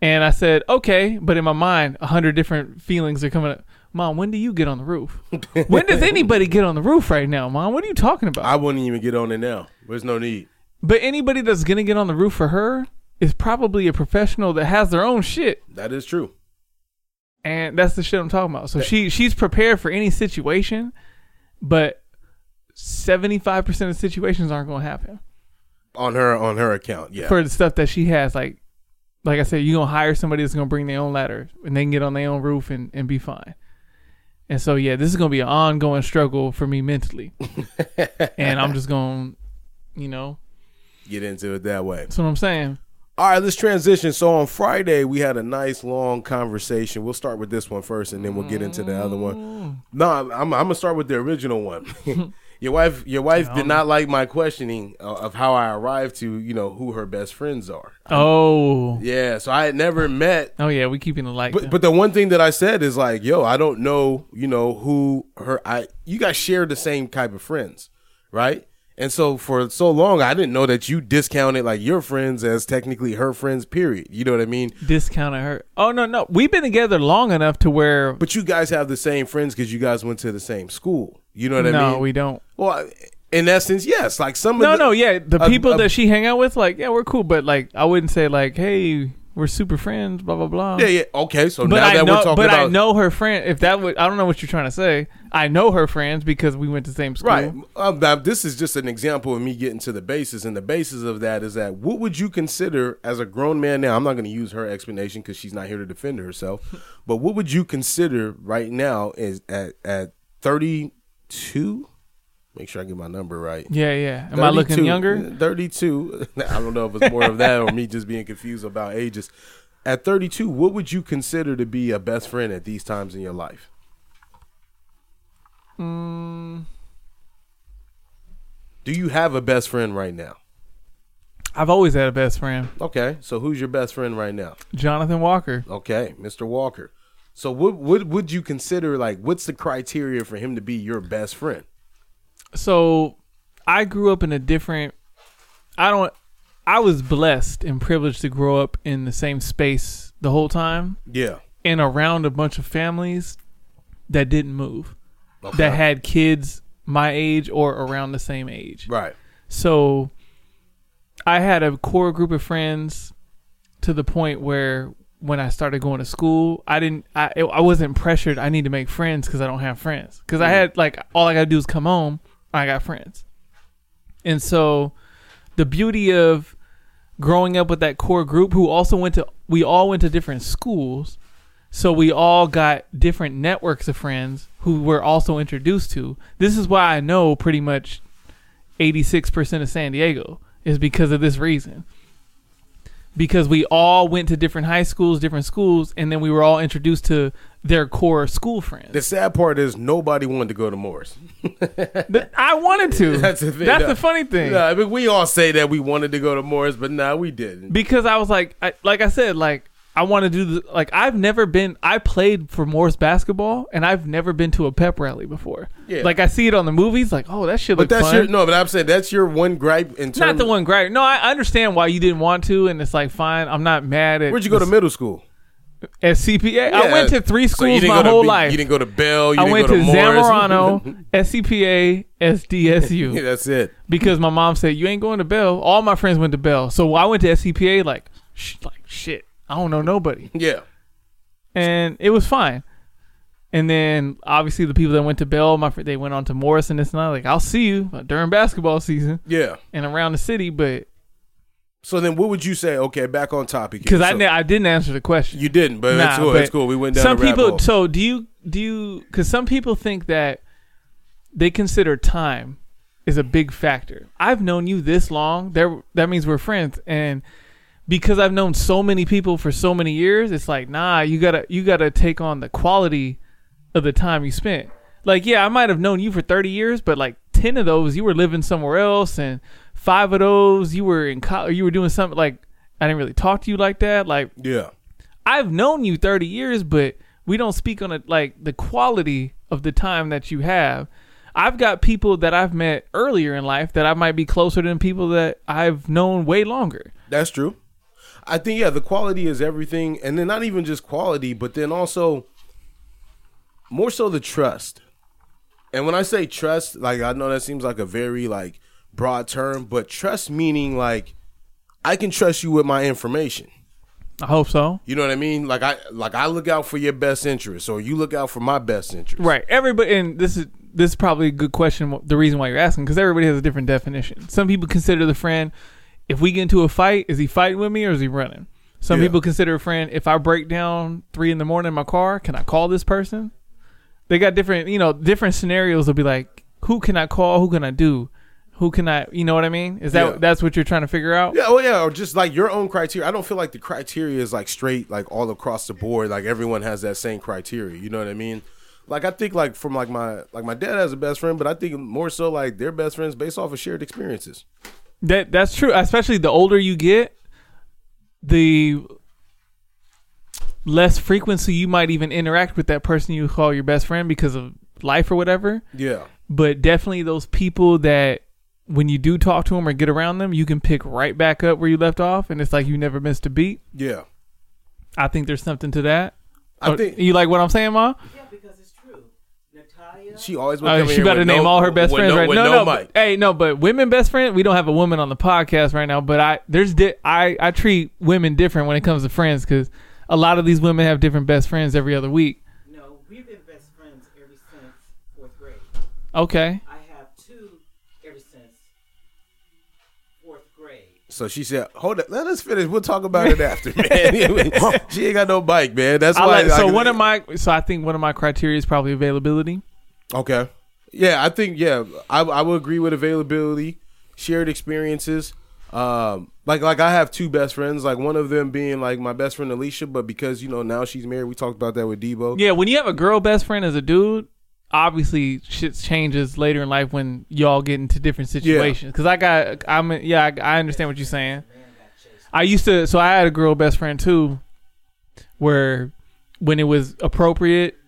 And I said, okay, but in my mind, a hundred different feelings are coming up. Mom, when do you get on the roof? when does anybody get on the roof right now, Mom? What are you talking about?
I wouldn't even get on it now. There's no need.
but anybody that's gonna get on the roof for her is probably a professional that has their own shit,
That is true.
and that's the shit I'm talking about. So she she's prepared for any situation, but seventy five percent of situations aren't gonna happen.
On her on her account, yeah.
for the stuff that she has. Like, like I said, you gonna hire somebody that's gonna bring their own ladder and they can get on their own roof and, and be fine. And so yeah, this is gonna be an ongoing struggle for me mentally, and I'm just gonna, you know,
get into it that way.
that's what I'm saying.
All right, let's transition. So on Friday, we had a nice long conversation. We'll start with this one first, and then we'll get into the other one. No, I'm, I'm, I'm gonna start with the original one. your wife, your wife did not like my questioning uh, of how I arrived to, you know, who her best friends are.
Oh,
Yeah, so I had never met.
oh yeah, we keeping the light.
But, but the one thing that I said is like, yo, I don't know, you know, who her I you guys share the same type of friends, right? And so for so long I didn't know that you discounted like your friends as technically her friends, period. You know what I mean?
discounted her. Oh no, no, we've been together long enough to where
But you guys have the same friends because you guys went to the same school. You know what I
no,
mean?
we don't.
Well, I- in essence, yes. Like some
No,
of the,
no, yeah, the
a-
people
a-
that she hang out with, like, yeah, we're cool, but like, I wouldn't say like, hey, we're super friends, blah blah blah.
yeah, yeah. Okay, so
But
now
I
that
know,
we're talking
but
about
I know her friend. If that would, I don't know what you're trying to say. I know her friends because we went to the same school.
Right. Um, now, this is just an example of me getting to the basis, and the basis of that is that what would you consider as a grown man now? I'm not going to use her explanation because she's not here to defend herself, but what would you consider right now is at at 32? Make sure I get my number right.
Yeah, yeah. Am I looking
32
younger?
32. I don't know if it's more of that or me just being confused about ages. At 32, what would you consider to be a best friend at these times in your life?
Hmm.
Do you have a best friend right now?
I've always had a best friend,
Okay, so who's your best friend right now?
Jonathan Walker.
Okay, Mr. Walker. So what what would you consider like what's the criteria for him to be your best friend?
So I grew up in a different. I don't. I was blessed and privileged to grow up in the same space the whole time
Yeah.
and around a bunch of families that didn't move,
Okay.
that had kids my age or around the same age.
right.
So I had a core group of friends to the point where when I started going to school, I didn't I I wasn't pressured I need to make friends cuz I don't have friends cuz I
Mm.
had like all I got to do is come home, I got friends. And so the beauty of growing up with that core group who also went to we all went to different schools so we all got different networks of friends who were also introduced to this is why i know pretty much 86% of San Diego is because of this reason. Because we all went to different high schools, different schools, and then we were all introduced to their core school friends.
The sad part is nobody wanted to go to Morris.
Th- I wanted to.
That's the thing.
That's
No.
the funny thing.
No, I mean, we all say that we wanted to go to Morris, but nah, we didn't.
Because I was like, I, like I said, like I want to do the like I've never been. I played for Morris basketball, and I've never been to a pep rally before.
Yeah.
Like I see it on the movies, like oh that shit.
But
look
that's
fun.
your no. But I'm saying that's your one gripe in terms.
not the one great. No, I understand why you didn't want to, and it's like fine. I'm not mad at.
Where'd you go to middle school?
At CPA, I
Yeah.
went to three
So you
schools
didn't
my
go to
whole
B-
life.
You didn't go to Bell. You
I
didn't
went
go
to,
to, Morris.
Zamorano, SCPA,
yeah,
SDSU
that's it.
because my mom said you ain't going to Bell. All my friends went to Bell, so I went to SCPA like, sh- like shit. I don't know nobody,
Yeah.
and it was fine. And then obviously the people that went to Bell, my fr- they went on to Morris and this and that. Like I'll see you during basketball season
Yeah.
and around the city, but
So then, what would you say? Okay, back on topic.
because
here.
I
So-
ne- I didn't answer the question.
you didn't, but
Nah,
it's cool.
but
It's cool. We went down.
Some
the rabbit
people.
hole.
So do you do you? Because some people think that they consider time is a big factor. I've known you this long. There, that means we're friends, and because I've known so many people for so many years, it's like nah. You gotta you gotta take on the quality of the time you spent. Like yeah, I might have known you for thirty years, but like ten of those you were living somewhere else, and five of those you were in college. You were doing something like I didn't really talk to you like that. Like
yeah,
I've known you 30 years, but we don't speak on it like the quality of the time that you have. I've got people that I've met earlier in life that I might be closer than people that I've known way longer.
that's true. I think yeah, the quality is everything, and then not even just quality, but then also more so the trust. And when I say trust, like I know that seems like a very like broad term, but trust meaning like I can trust you with my information.
I hope so.
You know what I mean? Like I like I look out for your best interest, or you look out for my best interest.
Right. Everybody, and this is this is probably a good question. The reason why you're asking because everybody has a different definition. Some people consider the friend if we get into a fight, is he fighting with me or is he running? Some
Yeah.
people consider a friend if I break down three in the morning in my car, can I call this person? They got different, you know, different scenarios. Will be like, who can I call? Who can I do? Who can I? You know what I mean? Is that
Yeah.
that's what you're trying to figure out?
Yeah, oh yeah, or just like your own criteria. I don't feel like the criteria is like straight, like all across the board. Like everyone has that same criteria. You know what I mean? Like I think like from like my like my dad has a best friend, but I think more so like their best friends based off of shared experiences.
That that's true. Especially the older you get, the less frequency you might even interact with that person you call your best friend because of life or whatever.
Yeah,
But definitely those people that when you do talk to them or get around them, you can pick right back up where you left off, and it's like you never missed a beat.
yeah.
I think there's something to that.
I
Oh,
think
you like what I'm saying, Ma?
Yeah, because it's true. Natalia.
she always. would
Oh,
come
she
here
about to
with
name
no-
all her best
with
friends
no,
right
with
now. No,
no,
no,
mic.
but- hey, no, but women best friend. We don't have a woman on the podcast right now, but I there's di- I I treat women different when it comes to friends because a lot of these women have different best friends every other week.
No, we've been best friends ever since fourth grade.
Okay,
I have two ever since fourth grade.
So she said, "Hold up, let us finish. We'll talk about it after, man. she ain't got no bike, man. That's
I
why.
like, so
like-
one of my so I think one of my criteria is probably availability.
Okay. Yeah, I think yeah, I I would agree with availability, shared experiences. Um, like like I have two best friends. Like one of them being like my best friend Alicia, but because you know now she's married, we talked about that with Debo.
Yeah, when you have a girl best friend as a dude, obviously shit changes later in life when y'all get into different situations. Because I got, I'm yeah, I, I understand what you're saying. I used to, so I had a girl best friend too, where when it was appropriate,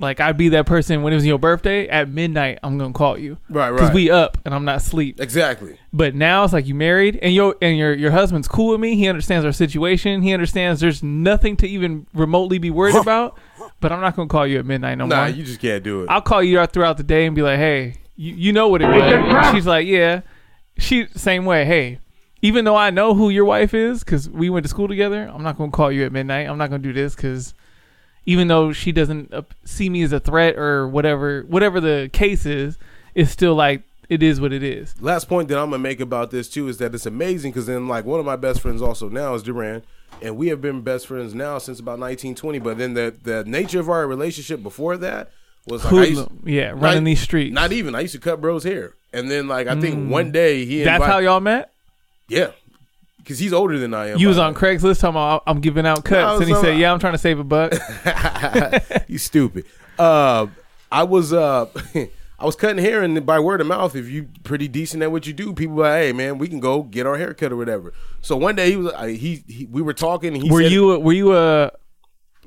like I'd be that person when it was your birthday at midnight, I'm gonna call you
Right,
because
right.
we up and I'm not asleep.
exactly.
But now it's like you married and your and your your husband's cool with me. He understands our situation. He understands there's nothing to even remotely be worried about. But I'm not gonna call you at midnight no
Nah,
more.
you just can't do it.
I'll call you out throughout the day and be like, hey, you, you know what it was. She's like, yeah. She same way. Hey, even though I know who your wife is because we went to school together, I'm not gonna call you at midnight. I'm not gonna do this because even though she doesn't uh, see me as a threat or whatever, whatever the case is, it's still like it is what it is.
Last point that I'm gonna make about this too is that it's amazing because then like one of my best friends also now is Duran, and we have been best friends now since about 1920. But then the the nature of our relationship before that was like I used-
Hoodlum. yeah,
Not-
running these streets. Mm.
Not even. I used to cut bro's hair, and then like I think one day he.
That's
invite-
how y'all met.
Yeah, because he's older than I am.
You was
by
on Craigslist talking about I'm giving out
I was
cuts, and he
on-
said, "Yeah, I'm trying to save a buck."
then. you stupid. Uh, I was uh, I was cutting hair, and by word of mouth, if you pretty decent at what you do, people like, hey man, we can go get our hair cut or whatever. So one day he was I he, he we were talking. And he
were
said,
you were you uh,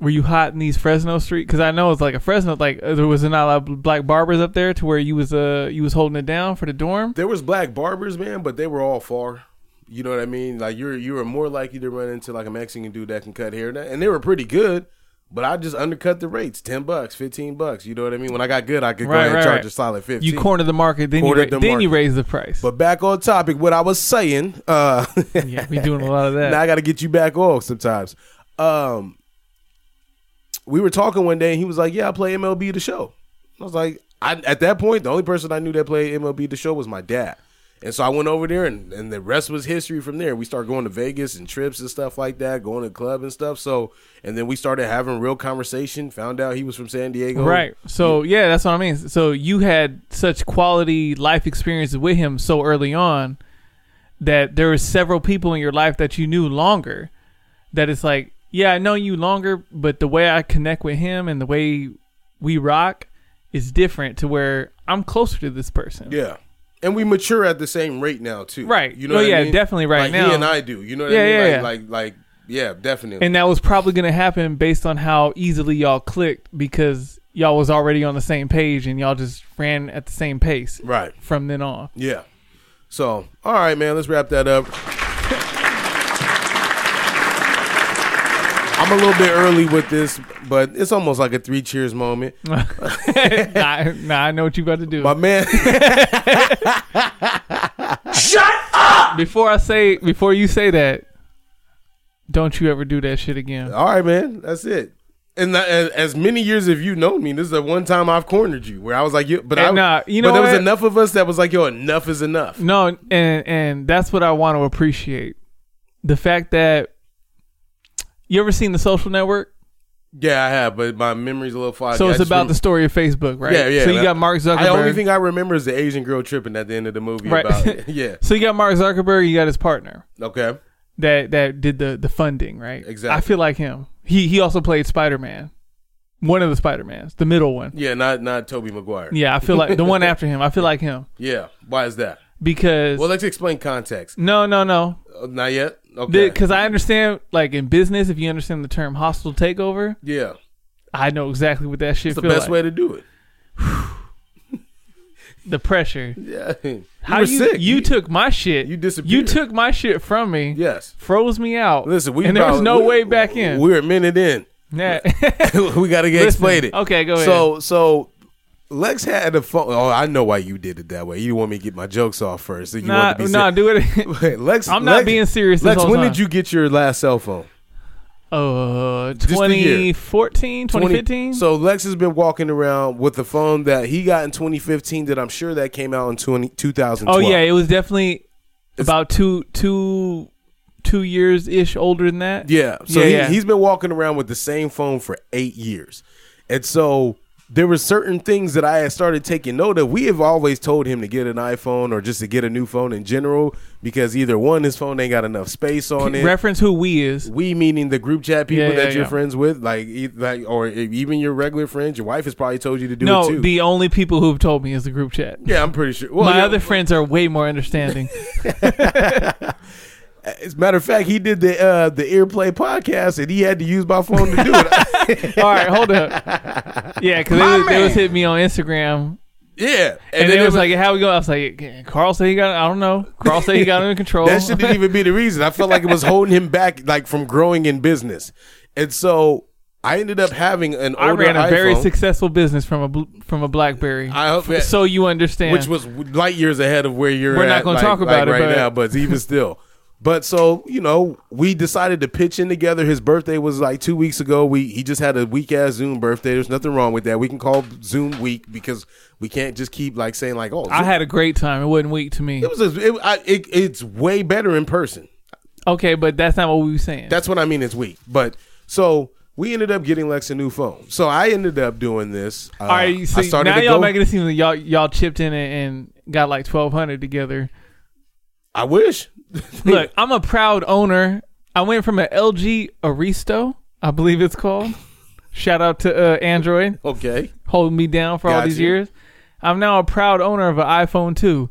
were you hot in these Fresno street? Because I know it's like a Fresno, like uh, there was not a lot of black barbers up there to where you was uh you was holding it down for the dorm.
There was black barbers, man, but they were all far. You know what I mean? Like you're you were more likely to run into like a Mexican dude that can cut hair, and they were pretty good. But I just undercut the rates, ten bucks, fifteen bucks. You know what I mean? When I got good, I could go
Right,
ahead and
right,
charge
right.
a solid fifteen.
You cornered the market, then you
Cornered
ra-
the
then you
market.
raised the price.
But back on topic, what I was saying, uh,
yeah, we doing a lot of
now I
that.
got to get you back off sometimes. Um, we were talking one day, and he was like, "Yeah, I play MLB the Show." I was like, I, at that point, the only person I knew that played MLB the Show was my dad, and so I went over there, and, and the rest was history from there. We started going to Vegas and trips and stuff like that, going to club and stuff. So, and then we started having real conversation. Found out he was from San Diego,
Right. So yeah, that's what I mean. So you had such quality life experiences with him so early on that there were several people in your life that you knew longer. That it's like, yeah, I know you longer, but the way I connect with him and the way we rock is different to where I'm closer to this person.
Yeah. And we mature at the same rate now too.
Right.
You know
No,
what I
yeah,
mean?
definitely right
like
now.
He and I do. You know what
Yeah,
I mean?
yeah,
like, like like yeah, definitely.
And that was probably gonna happen based on how easily y'all clicked because y'all was already on the same page and y'all just ran at the same pace
right.
from then on.
Yeah. So, all right, man, let's wrap that up. I'm a little bit early with this, but it's almost like a three cheers moment.
nah, nah, I know what you about to do.
My man
Before I say, before you say that, don't you ever do that shit again.
All right, man. That's it. And tha- as, as many years as you've known me, this is the one time I've cornered you where I was like, yo, but I,
And, uh, you
but
know
there was
what?
enough of us that was like, yo, enough is enough.
No, and and that's what I want to appreciate. The fact that you ever seen the social network?
Yeah, I have, but my memory's a little foggy.
So
I
it's
just
about
rem-
the story of Facebook, right?
Yeah, yeah.
So you
that-
got Mark Zuckerberg.
I- The only thing I remember is the Asian girl tripping at the end of the movie.
Right.
About it. yeah.
so you got Mark Zuckerberg, you got his partner
Okay.
that that did the the funding, right?
Exactly.
I feel like him. He he also played Spider Man. One of the Spider Mans, the middle one.
Yeah. Not not Toby Maguire.
Yeah, I feel like the one after him. I feel like him
Yeah. Why is that?
because
Well, let's explain context.
no, no, no.
Uh, Not yet. Okay.
Because I understand, like in business, if you understand the term hostile takeover,
yeah.
I know exactly what that shit
It's the
feels
best
like.
way to do it.
the pressure.
Yeah. You
How
were
you
sick.
you took my shit?
you disappeared.
You took my shit from me.
Yes.
Froze me out.
Listen, we
and there was
about-
no
we-
way back in.
We're a minute in.
yeah.
we gotta get
Listen.
explain it.
Okay, go ahead.
So so Lex had a phone. Oh, I know why you did it that way. You want me to get my jokes off first. So you
nah,
want to be
nah, do it.
ser- Lex,
I'm not
Lex-
being serious this
Lex,
whole
when
time.
did you get your last cell phone?
Uh,
the year.
2014, 2015.
So Lex has been walking around with the phone that he got in 2015 that I'm sure that came out in 20, 2012.
oh yeah, it was definitely about two two two years ish older than that.
Yeah. So
yeah,
he,
yeah.
he's been walking around with the same phone for eight years. And so there were certain things that I had started taking note of. We have always told him to get an iPhone or just to get a new phone in general because either one, his phone ain't got enough space on it.
reference who we is.
we meaning the group chat people
Yeah,
that
yeah,
you're
yeah.
friends with, like, e- like, or e- even your regular friends. Your wife has probably told you to do it
No,
too.
the only people who have told me is the group chat.
yeah, I'm pretty sure. Well,
My
yeah,
other friends are way more understanding.
as a matter of fact, he did the uh, the Earplay podcast, and he had to use my phone to do it.
All right, hold up. Yeah, because they, was- they was hit me on Instagram,
yeah,
and,
then
they was like, "How we going?" I was like, "Yeah, "Carl said he got. I don't know. Carl said he got it under control."
That shit didn't even be the reason. I felt like it was holding him back, like from growing in business. And so I ended up having an
I
older
ran a very
iPhone,
successful business from a bl- from a BlackBerry.
I hope that-
so you understand.
which was light years ahead of where you're.
We're not
at,
gonna
like-
talk
like
about it,
right
but-
now, but even still. But so you know, we decided to pitch in together. His birthday was like two weeks ago. We he just had a weak ass Zoom birthday. There's nothing wrong with that. We can call Zoom week because we can't just keep like saying like, oh,
I had a great time. It wasn't weak to me.
it was a, it, I, it, it's way better in person.
okay, but that's not what we were saying.
That's what I mean. It's weak. But so we ended up getting Lex a new phone. So I ended up doing this. Uh,
All right, you
I
see,
started
now
to
y'all
go-
making it seem like y'all y'all chipped in and, and got like twelve hundred together.
I wish.
Look, I'm a proud owner. I went from an LG Aristo, I believe it's called. Shout out to uh, Android
okay.
holding me down for all
Got
these
you.
years. I'm now a proud owner of an iPhone 2.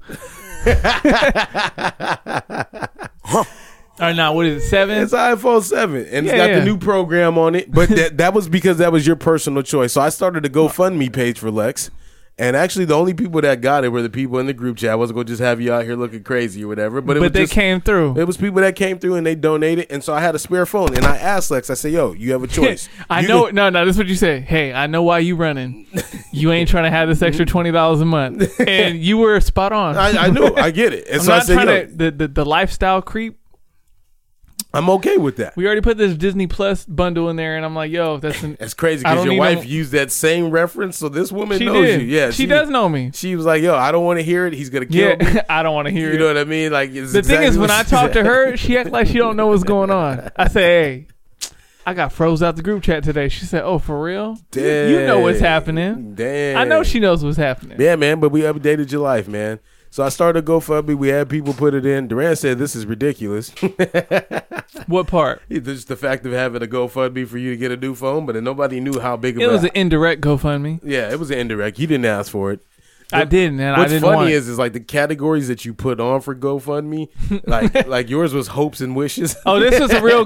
Or not, what is it, seven?
It's an iPhone 7 and it's
Yeah,
got
yeah.
the new program on it. But that, that was because that was your personal choice. So I started a GoFundMe page for Lex. And actually, the only people that got it were the people in the group chat. I wasn't going to just have you out here looking crazy or whatever. But, it was
But they
just-
came through.
It was people that came through and they donated. And so I had a spare phone. And I asked Lex, I said, yo, you have a choice.
I
You
know.
can-
No, no. This is what you say. Hey, I know why you running. You ain't trying to have this extra twenty dollars a month, and you were spot on.
I, I knew. I get it. And
I'm
so I
not
said,
trying
yo,
to the, the the lifestyle creep.
I'm okay with that.
We already put this Disney Plus bundle in there, and I'm like, yo, that's an,
That's crazy
I
because
don't
your
need
wife
no-
used that same reference, so this woman
she
knows
did.
you. Yeah,
she, does know me.
She was like, "Yo, I don't want to hear it. He's gonna kill me."
Yeah, I don't want to hear
You
it.
know what I mean? Like it's
the thing
exactly
is,
what
when I
she
talk to
said.
her, she act like she don't know what's going on. I say, hey, I got froze out the group chat today. She said, oh, for real? You- You know what's
Dang.
happening.
Damn,
I know she knows what's happening.
Yeah, man, but we updated your life, man. So I started GoFundMe. We had people put it in. Duran said this is ridiculous.
What part?
Just the fact of having a GoFundMe for you to get a new phone, but then nobody knew how big of
It
a-
was an indirect GoFundMe.
yeah, it was an indirect. He didn't ask for it.
I didn't, and I
What's
didn't
funny
want.
is, is like the categories that you put on for GoFundMe, like like yours was hopes and wishes.
oh, this is a real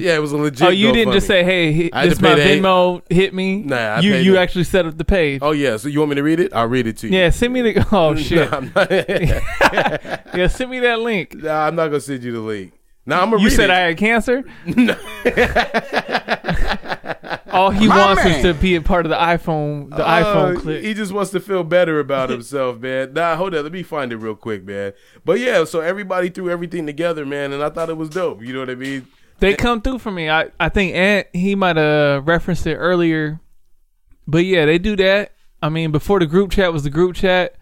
yeah, it was a legit.
Oh, you didn't just
GoFundMe.
say, "Hey, hit-
I had
this
to
my
pay the-
Venmo hit me."
Nah, I
you
paid
you
the-
actually set up the page.
Oh yeah, so you want me to read it? I'll read it to you.
Yeah, send me the. Oh shit.
Nah, I'm not,
Yeah, send me that link.
Nah, I'm not gonna send you the link. Now I'm gonna.
You
read it.
said I had cancer. All he wants is to be a part of the iPhone, the
Uh,
iPhone clip.
He just wants to feel better about himself, man. Nah, hold up. Let me find it real quick, man. But yeah, so everybody threw everything together, man, and I thought it was dope. You know what I mean?
they come through for me. I I think Ant he might have referenced it earlier, but yeah, they do that. I mean, before the group chat was the group chat,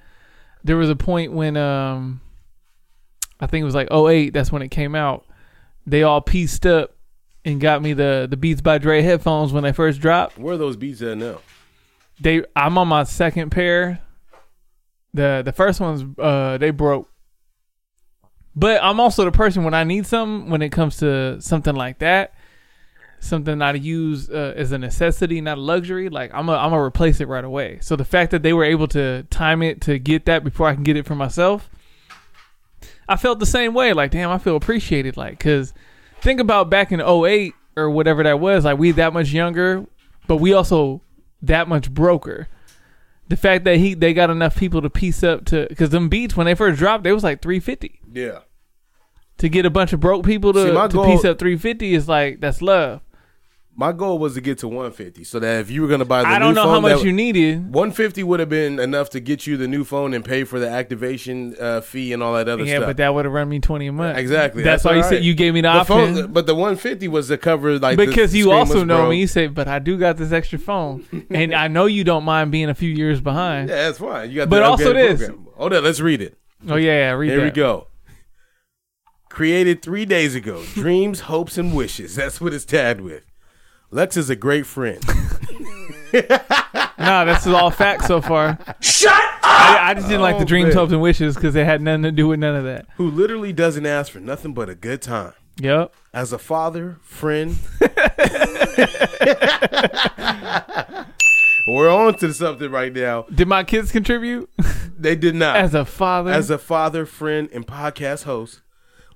there was a point when um, I think it was like 08, That's when it came out. They all pieced up and got me the the Beats by Dre headphones when they first dropped.
Where are those beats at now?
They I'm on my second pair. The the first ones uh they broke. But I'm also the person when I need something when it comes to something like that, something I use uh, as a necessity, not a luxury. Like I'm a, I'm gonna replace it right away. So the fact that they were able to time it to get that before I can get it for myself, I felt the same way. Like damn, I feel appreciated. Like because think about back in 08 or whatever that was. Like we that much younger, but we also that much broker. The fact that he they got enough people to piece up to because them beats when they first dropped they was like 350
Yeah.
to get a bunch of broke people to,
See, my
to
goal-
piece up 350 is like that's love.
My goal was to get to 150, so that if you were gonna buy the
I don't
new
know how
phone,
much
that-
you needed.
150 would have been enough to get you the new phone and pay for the activation uh, fee and all that other
Yeah,
stuff.
but that would have run me 20 a month.
exactly.
That's, why you
all
said
right.
you gave me the, option.
phone, but the 150 was to cover like the
because you
screen
also
was
know
broke.
me, you said, but I do got this extra phone, and I know you don't mind being a few years behind.
Yeah, that's fine. You got
But
the
also
upgraded
this.
program. Hold on, let's read it.
Oh yeah, yeah read
Here we
that.
go. Created three days ago. Dreams, hopes, and wishes. That's what it's tagged with. Lex is a great friend.
Nah, this is all facts so far. Shut up! I, I just didn't like
Oh,
the dreams,
man.
hopes, and wishes because it had nothing to do with none of that.
who literally doesn't ask for nothing but a good time.
Yep.
As a father, friend. We're on to something right now.
Did my kids contribute
They did not.
as a father?
As a father, friend, and podcast host,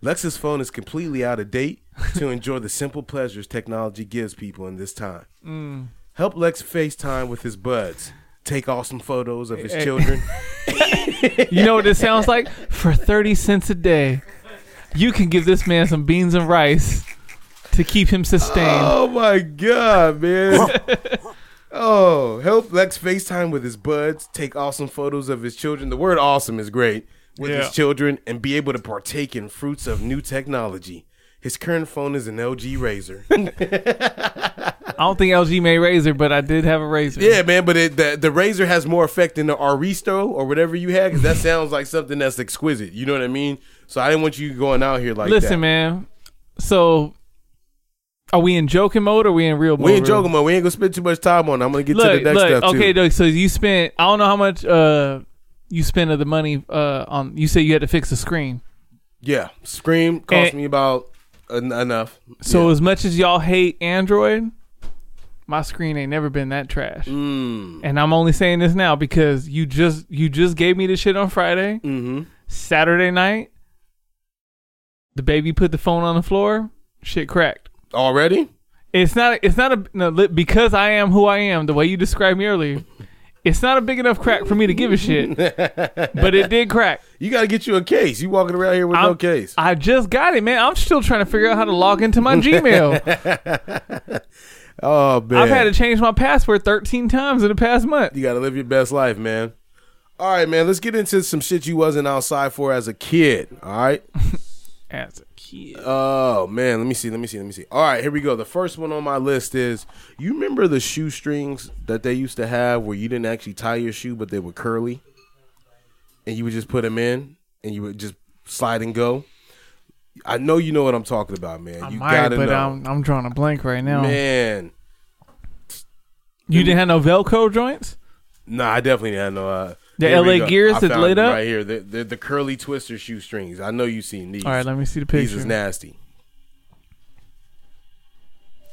Lex's phone is completely out of date to enjoy the simple pleasures technology gives people in this time.
Mm.
Help Lex FaceTime with his buds, take awesome photos of his
Hey.
children.
You know what this sounds like? For 30 cents a day, you can give this man some beans and rice to keep him sustained.
oh my God, man. oh, help Lex FaceTime with his buds, take awesome photos of his children. The word awesome is great. With
Yeah.
his children and be able to partake in fruits of new technology. His current phone is an LG Razor.
I don't think LG made razor, but I did have a razor.
Yeah, man, but it, the the razor has more effect than the Aristo or whatever you had because that sounds like something that's exquisite. You know what I mean? So I didn't want you going out here like
Listen,
that.
man. So, are we in joking mode or we in real mode?
We ain't
Real-
joking, man. We ain't gonna spend too much time on. it. I'm gonna get to
Look,
the next
look.
stuff
okay,
too.
look, so you spent. I don't know how much uh you spent of the money uh on. You said you had to fix the screen.
yeah, Scream cost
And-
me about en- enough.
So
yeah.
as much as y'all hate Android, my screen ain't never been that trash.
Mm.
And I'm only saying this now because you just you just gave me this shit on Friday,
Mhm.
Saturday night. The baby put the phone on the floor. Shit cracked.
already,
It's not. It's not a no, li- because I am who I am. The way you described me earlier, it's not a big enough crack for me to give a shit. but it did crack.
you got to get you a case. You walking around here with no
I'm-
case.
I just got it, man. I'm still trying to figure out how to log into my Gmail.
oh man,
I've had to change my password 13 times in the past month.
You gotta live your best life, man. All right, man. Let's get into some shit you wasn't outside for as a kid. All right.
as a kid.
Oh man, let me see, let me see, let me see. All right, here we go. The first one on my list is you remember the shoestrings that they used to have where you didn't actually tie your shoe, but they were curly, and you would just put them in, and you would just slide and go. I know you know what I'm talking about, man.
I
you
might,
gotta
but
know,
I'm I'm drawing a blank right now.
man.
You didn't have no Velcro joints.
Nah, I definitely didn't have no. Uh,
The
here we
LA
go.
Gears
I
that's
found
laid
them
up?
right here. The, the the curly twister shoestrings. I know you seen these.
All right, let me see the
these
picture.
is nasty.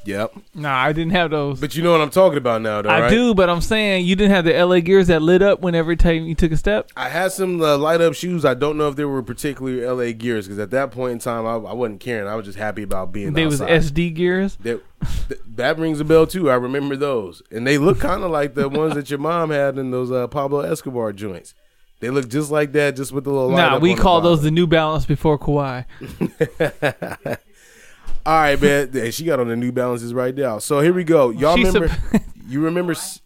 Yep.
nah, I didn't have those.
But you know what I'm talking about now, though,
I
right?
do, but I'm saying you didn't have the LA gears that lit up whenever time you took a step.
I had some uh, light up shoes. I don't know if they were particularly LA gears because at that point in time, I, I wasn't caring. I was just happy about being
They was
outside.
SD gears.
They- th- that rings a bell too. I remember those, and they look kind of like the ones that your mom had in those uh, Pablo Escobar joints. They look just like that, just with the little. light
Nah,
up
we
on the
call
bottom.
those the New Balance before Kawhi.
All right, man. Hey, She got on the New Balances right now. So here we go. Y'all
She's
remember?
a-
you remember? s-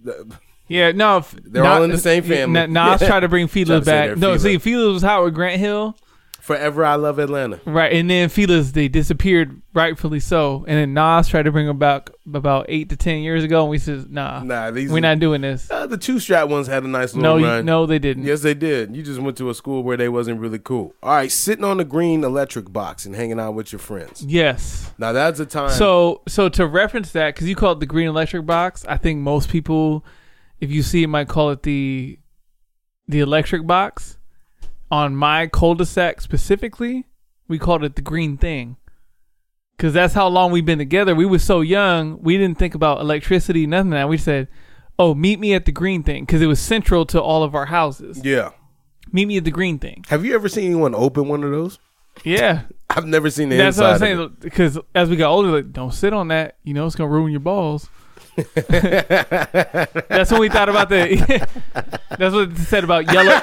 the-
Yeah, no, if-
They're all in the same family.
Nah, nah, I was trying to bring
Trying
Fila
to say
back.
they're
No,
Fila.
see, Fila was hot with Grant Hill,
Forever, I love Atlanta.
right? And then Fila's they disappeared, rightfully so. And then Nas tried to bring them back about eight to ten years ago, and we said, "Nah,
Nah, these
we're not doing this."
Uh, the two strap ones had a nice little
No, you,
run.
no, they didn't.
Yes, they did. You just went to a school where they wasn't really cool. All right, sitting on the green electric box and hanging out with your friends.
Yes.
Now that's a time.
So, so to reference that, because you call it the green electric box, I think most people, if you see it, might call it the the electric box. On my cul-de-sac specifically, we called it the green thing, because that's how long we've been together. We were so young, we didn't think about electricity, nothing. That we said, "Oh, meet me at the green thing," because it was central to all of our houses.
yeah.
Meet me at the green thing.
Have you ever seen anyone open one of those?
Yeah,
I've never seen the
That's
inside.
what I'm
of it.
saying. Because as we got older, like, don't sit on that. You know, it's gonna ruin your balls. that's when we thought about the. that's what it said about yellow.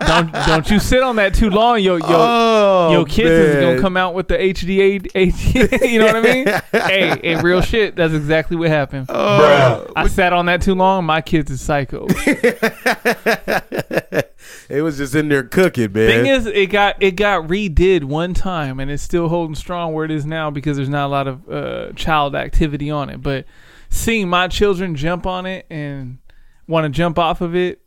don't don't you sit on that too long. Your your
Oh,
your kids is gonna
man.
come out with the HDA. you know what I mean? hey, hey, real shit. That's exactly what happened.
Oh.
I sat on that too long. My kids is psycho.
It was just in there cooking, man.
Thing is, it got it got redid one time, and it's still holding strong where it is now because there's not a lot of uh, child activity on it. But seeing my children jump on it and want to jump off of it,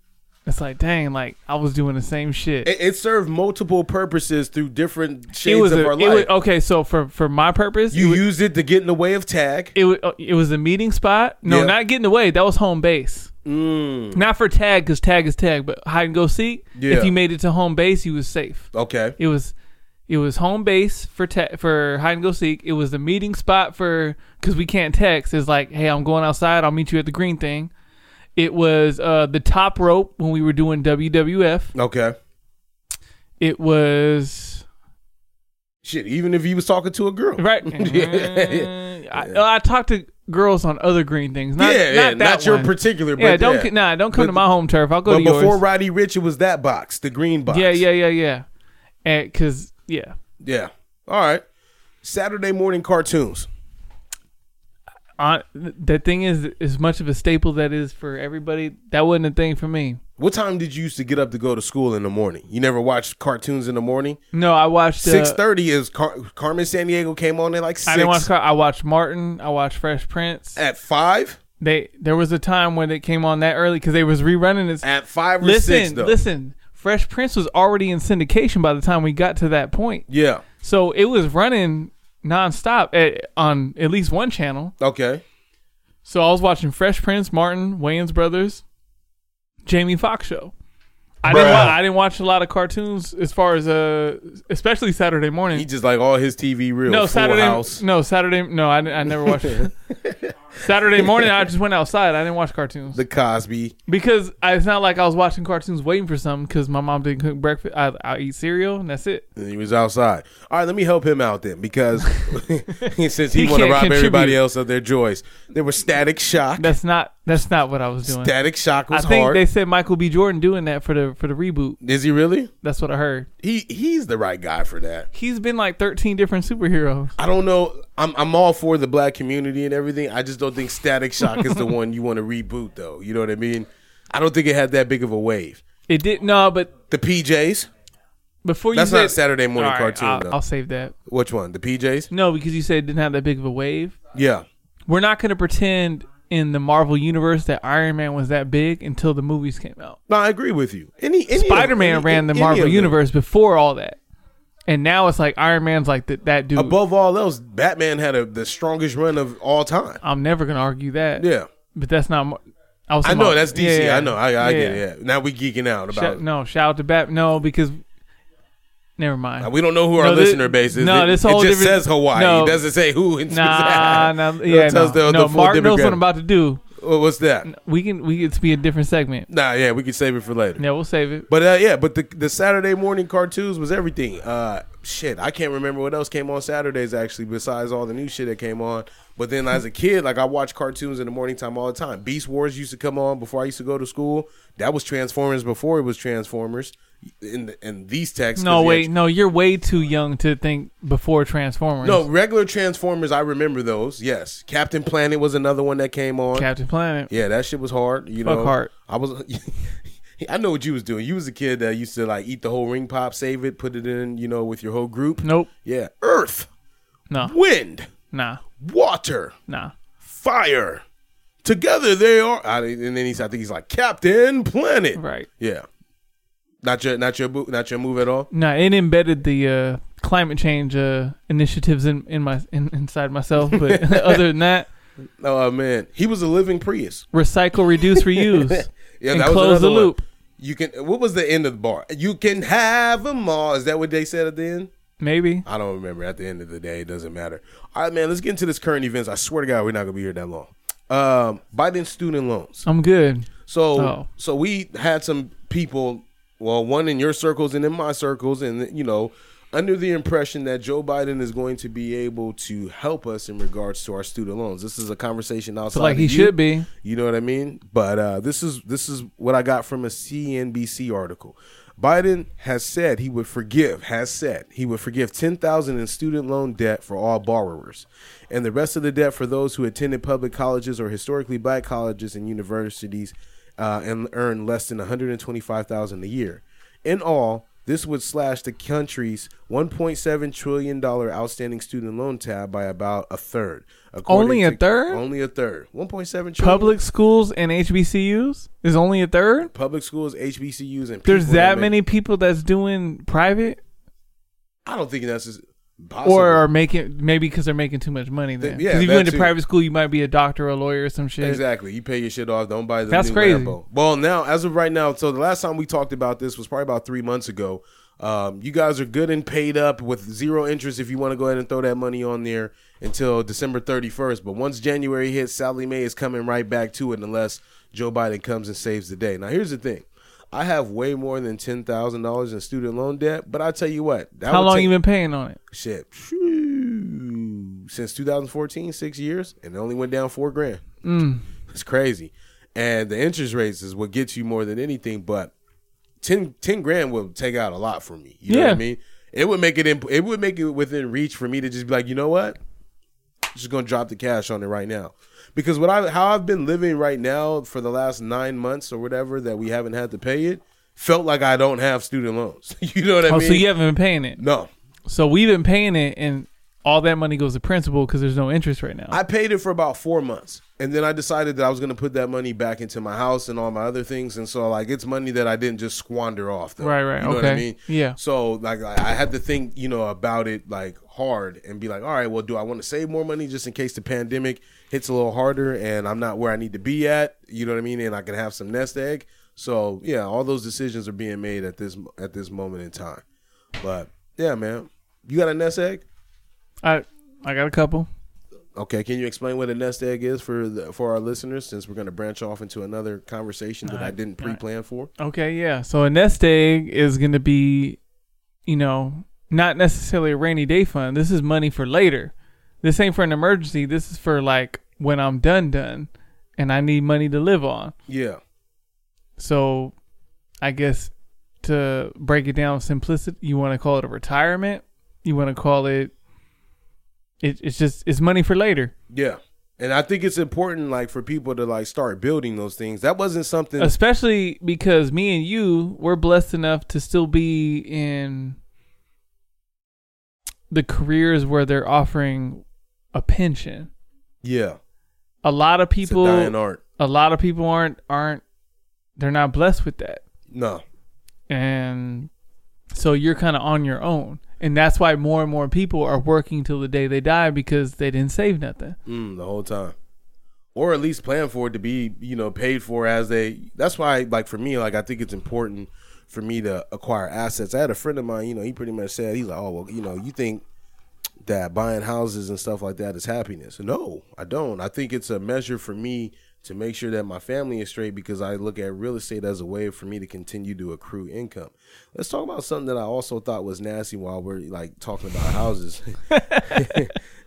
it's like, dang, like I was doing the same shit.
it, it served multiple purposes through different
It
shades
was
of
a-
our
it
life.
was- okay. So for for my purpose,
you
it, was,
used it to get in the way of tag.
it, was, it was a meeting spot. No,
Yeah.
not getting away. That was home base.
Mm,
Not for tag because tag is tag, but hide and go seek.
Yeah.
If you made it to home base, you was safe.
Okay.
It was it was home base for te- for hide and go seek. It was the meeting spot for because we can't text. It's like, hey, I'm going outside. I'll meet you at the green thing. It was uh, the top rope when we were doing WWF.
Okay.
It was
Shit. Even if you was talking to a girl,
right. Mm. Uh, I, I talked to girls on other green things. Not,
yeah,
not
yeah,
that
not your
one.
particular. But
Yeah, don't
yeah.
c- nah, don't come
But-
to my home turf. I'll go
But
to
before
yours.
Roddy Rich, it was that box, the green box.
yeah, yeah, yeah, yeah. And cause yeah,
yeah. All right. Saturday morning cartoons.
on the thing is as much of a staple that is for everybody that wasn't a thing for me
What time did you used to get up to go to school in the morning? You never watched cartoons in the morning.
no i watched uh,
Six thirty is Car- Carmen San Diego came on at like six
i didn't watch Car- i watched martin i watched fresh prince
at five
they there was a time when it came on that early because they was rerunning it
at five or six
listen
though.
listen fresh prince was already in syndication by the time we got to that point
Yeah.
so it was running nonstop at, on at least one channel
Okay.
So I was watching Fresh Prince, Martin, Wayans Brothers, Jamie Foxx show. I didn't. Wa- I didn't watch a lot of cartoons as far as uh, especially Saturday morning.
He just like all his TV reels.
no
Full
Saturday.
House.
No Saturday. No, I, didn't- I never watched. it. Saturday morning, I just went outside. I didn't watch cartoons
The Cosby.
because I, it's not like I was watching cartoons waiting for something because my mom didn't cook breakfast. I I eat cereal and that's it.
And he was outside. All right, let me help him out then because since he,
He
want to
can't
rob everybody
contribute.
else of their joys, there was Static Shock.
That's not. That's not what I was doing.
Static Shock
I
was
think
hard.
they said Michael B. Jordan doing that for the for the reboot.
Is he really?
That's what I heard.
He he's the right guy for that.
He's been like thirteen different superheroes.
I don't know. I'm I'm all for the black community and everything. I just don't think Static Shock is the one you want to reboot though. You know what I mean? I don't think it had that big of a wave.
It did no, but
The PJs.
Before you
That's
said,
not a Saturday morning
All
cartoon,
I'll,
though.
I'll save that.
Which one? The PJs?
No, because you said it didn't have that big of a wave.
Yeah.
We're not going to pretend in the Marvel universe that Iron Man was that big until the movies came out.
No, I agree with you. Any, any of-
Spider Man
any-
ran the
any
Marvel
of them.
universe before all that, and now it's like Iron Man's like that that dude.
Above all else, Batman had a, the strongest run of all time.
I'm never going to argue that.
Yeah.
but that's not. Mar- I, was
I
talking
know
about-
that's DC.
yeah,
I know. I, I get
yeah.
it. Yeah. Now we geeking out about.
Shout, no, shout out to Bat. No, because never mind.
Now, We don't know who our
No, thi-
listener base is.
no,
it,
this
it
whole
just
different-
says Hawaii.
no.
It doesn't say who. It
Nah,
says-
nah,
it
yeah, no,
tells the-
no
the full
Mark knows what
demographic.
I'm about to do.
What- What's that?
We can, we it's be a different segment.
Nah, yeah, we can save it for later.
Yeah, we'll save it.
But uh, yeah, but the the Saturday morning cartoons was everything. Uh, shit, I can't remember what else came on Saturdays actually, besides all the new shit that came on. But then as a kid, like I watched cartoons in the morning time all the time. Beast Wars used to come on before I used to go to school. That was Transformers before it was Transformers. In the, in these texts,
No,
'cause
wait,
yeah,
no, you're way too young to think before Transformers.
no regular Transformers. I remember those. Yes, Captain Planet was another one that came on.
Captain Planet.
Yeah, that shit was hard. You
Fuck
know,
hard.
I was. I know what you was doing. You was a kid that used to like eat the whole ring pop, save it, put it in, you know, with your whole group.
Nope.
Yeah. Earth,
No.
wind,
Nah.
water,
Nah.
fire. Together they are. I, and then he's. I think he's like Captain Planet.
Right.
Yeah. Not your. Not your. bo- Not your move at all.
Nah. It embedded the uh, climate change uh, initiatives in, in my in, inside myself, but other than that,
Oh man, he was a living Prius.
recycle, reduce, reuse,
Yeah,
and
that was
close the
another one.
loop.
You can. What was the end of the bar? You can have them all. Is that what they said at the end?
Maybe.
I don't remember. At the end of the day, it doesn't matter. All right, man, let's get into this current events. I swear to God, we're not gonna be here that long. Um, Biden student loans.
I'm good.
So,
Oh.
so we had some people. Well, one in your circles and in my circles, and you know, under the impression that Joe Biden is going to be able to help us in regards to our student loans. This is a conversation outside.
like
of
he
you.
should be.
You know what I mean? But uh, this is this is what I got from a CNBC article. Biden has said he would forgive. Has said he would forgive ten thousand in student loan debt for all borrowers, and the rest of the debt for those who attended public colleges or historically black colleges and universities, uh, and earn less than one hundred and twenty five thousand a year. In all, this would slash the country's one point seven trillion dollar outstanding student loan tab by about a third. according
Only a
to-
third?
Only a third. One point seven trillion.
Public schools and HBCUs is only a third.
public schools, HBCUs, and
There's
people
that
make-
many people that's doing private
I don't think that's just possible.
or are making maybe because they're making too much money. Then,
Th- yeah,
because if you
that
went to
too.
private school, you might be a doctor, or a lawyer, or some shit.
exactly. You pay your shit off. Don't buy the
That's
new
crazy.
Lambo. Well, now as of right now, so the last time we talked about this was probably about three months ago. Um, you guys are good and paid up with zero interest if you want to go ahead and throw that money on there until December 31st. But once January hits, Sally Mae is coming right back to it unless Joe Biden comes and saves the day. Now, here's the thing. I have way more than ten thousand dollars in student loan debt, but I tell you what, that
How
would
long
take-
you been paying on it?
shit since 2014 six years and it only went down four grand
Mm.
it's crazy and the interest rates is what gets you more than anything but 10, 10 grand will take out a lot for me you know what
Yeah.
i mean it would make it imp- it would make it within reach for me to just be like you know what just gonna drop the cash on it right now because what I how I've been living right now for the last nine months or whatever that we haven't had to pay it felt like I don't have student loans. you know what I
oh,
mean?
so you haven't been paying it.
no,
So we've been paying it, and all that money goes to principal because there's no interest right now.
I paid it for about four months, and then I decided that I was going to put that money back into my house and all my other things, and so like it's money that I didn't just squander off. Though,
Right, right,
You know what I
okay.
mean?
Yeah.
So like I I had to think, you know, about it like hard and be like, all right, well, do I want to save more money just in case the pandemic hits a little harder and I'm not where I need to be at? You know what I mean? And I can have some nest egg. So yeah, all those decisions are being made at this at this moment in time. But yeah, man, you got a nest egg?
I I got a couple.
Okay, can you explain what a nest egg is for the, for our listeners? Since we're going to branch off into another conversation that I didn't pre-plan for.
Okay, yeah. So a nest egg is going to be, you know, not necessarily a rainy day fund. This is money for later. This ain't for an emergency. This is for like when I'm done, done, and I need money to live on.
Yeah,
So, I guess to break it down simplicity, you want to call it a retirement. You want to call it. It, it's just it's money for later.
yeah. And I think it's important, like, for people to like start building those things. That wasn't something.
Especially because me and you were blessed enough to still be in the careers where they're offering a pension.
yeah,
A lot of
it's
people
a dying art.
a lot of people aren't aren't they're not blessed with that.
No,
and so you're kind of on your own and that's why more and more people are working till the day they die because they didn't save nothing
mm, the whole time, or at least plan for it to be, you know, paid for as they. That's why, like, for me, like, I think it's important for me to acquire assets. I had a friend of mine, you know, he pretty much said he's like, oh, well, you know, you think that buying houses and stuff like that is happiness. No, I don't. I think it's a measure for me to make sure that my family is straight because I look at real estate as a way for me to continue to accrue income. Let's talk about something that I also thought was nasty while we're like talking about houses.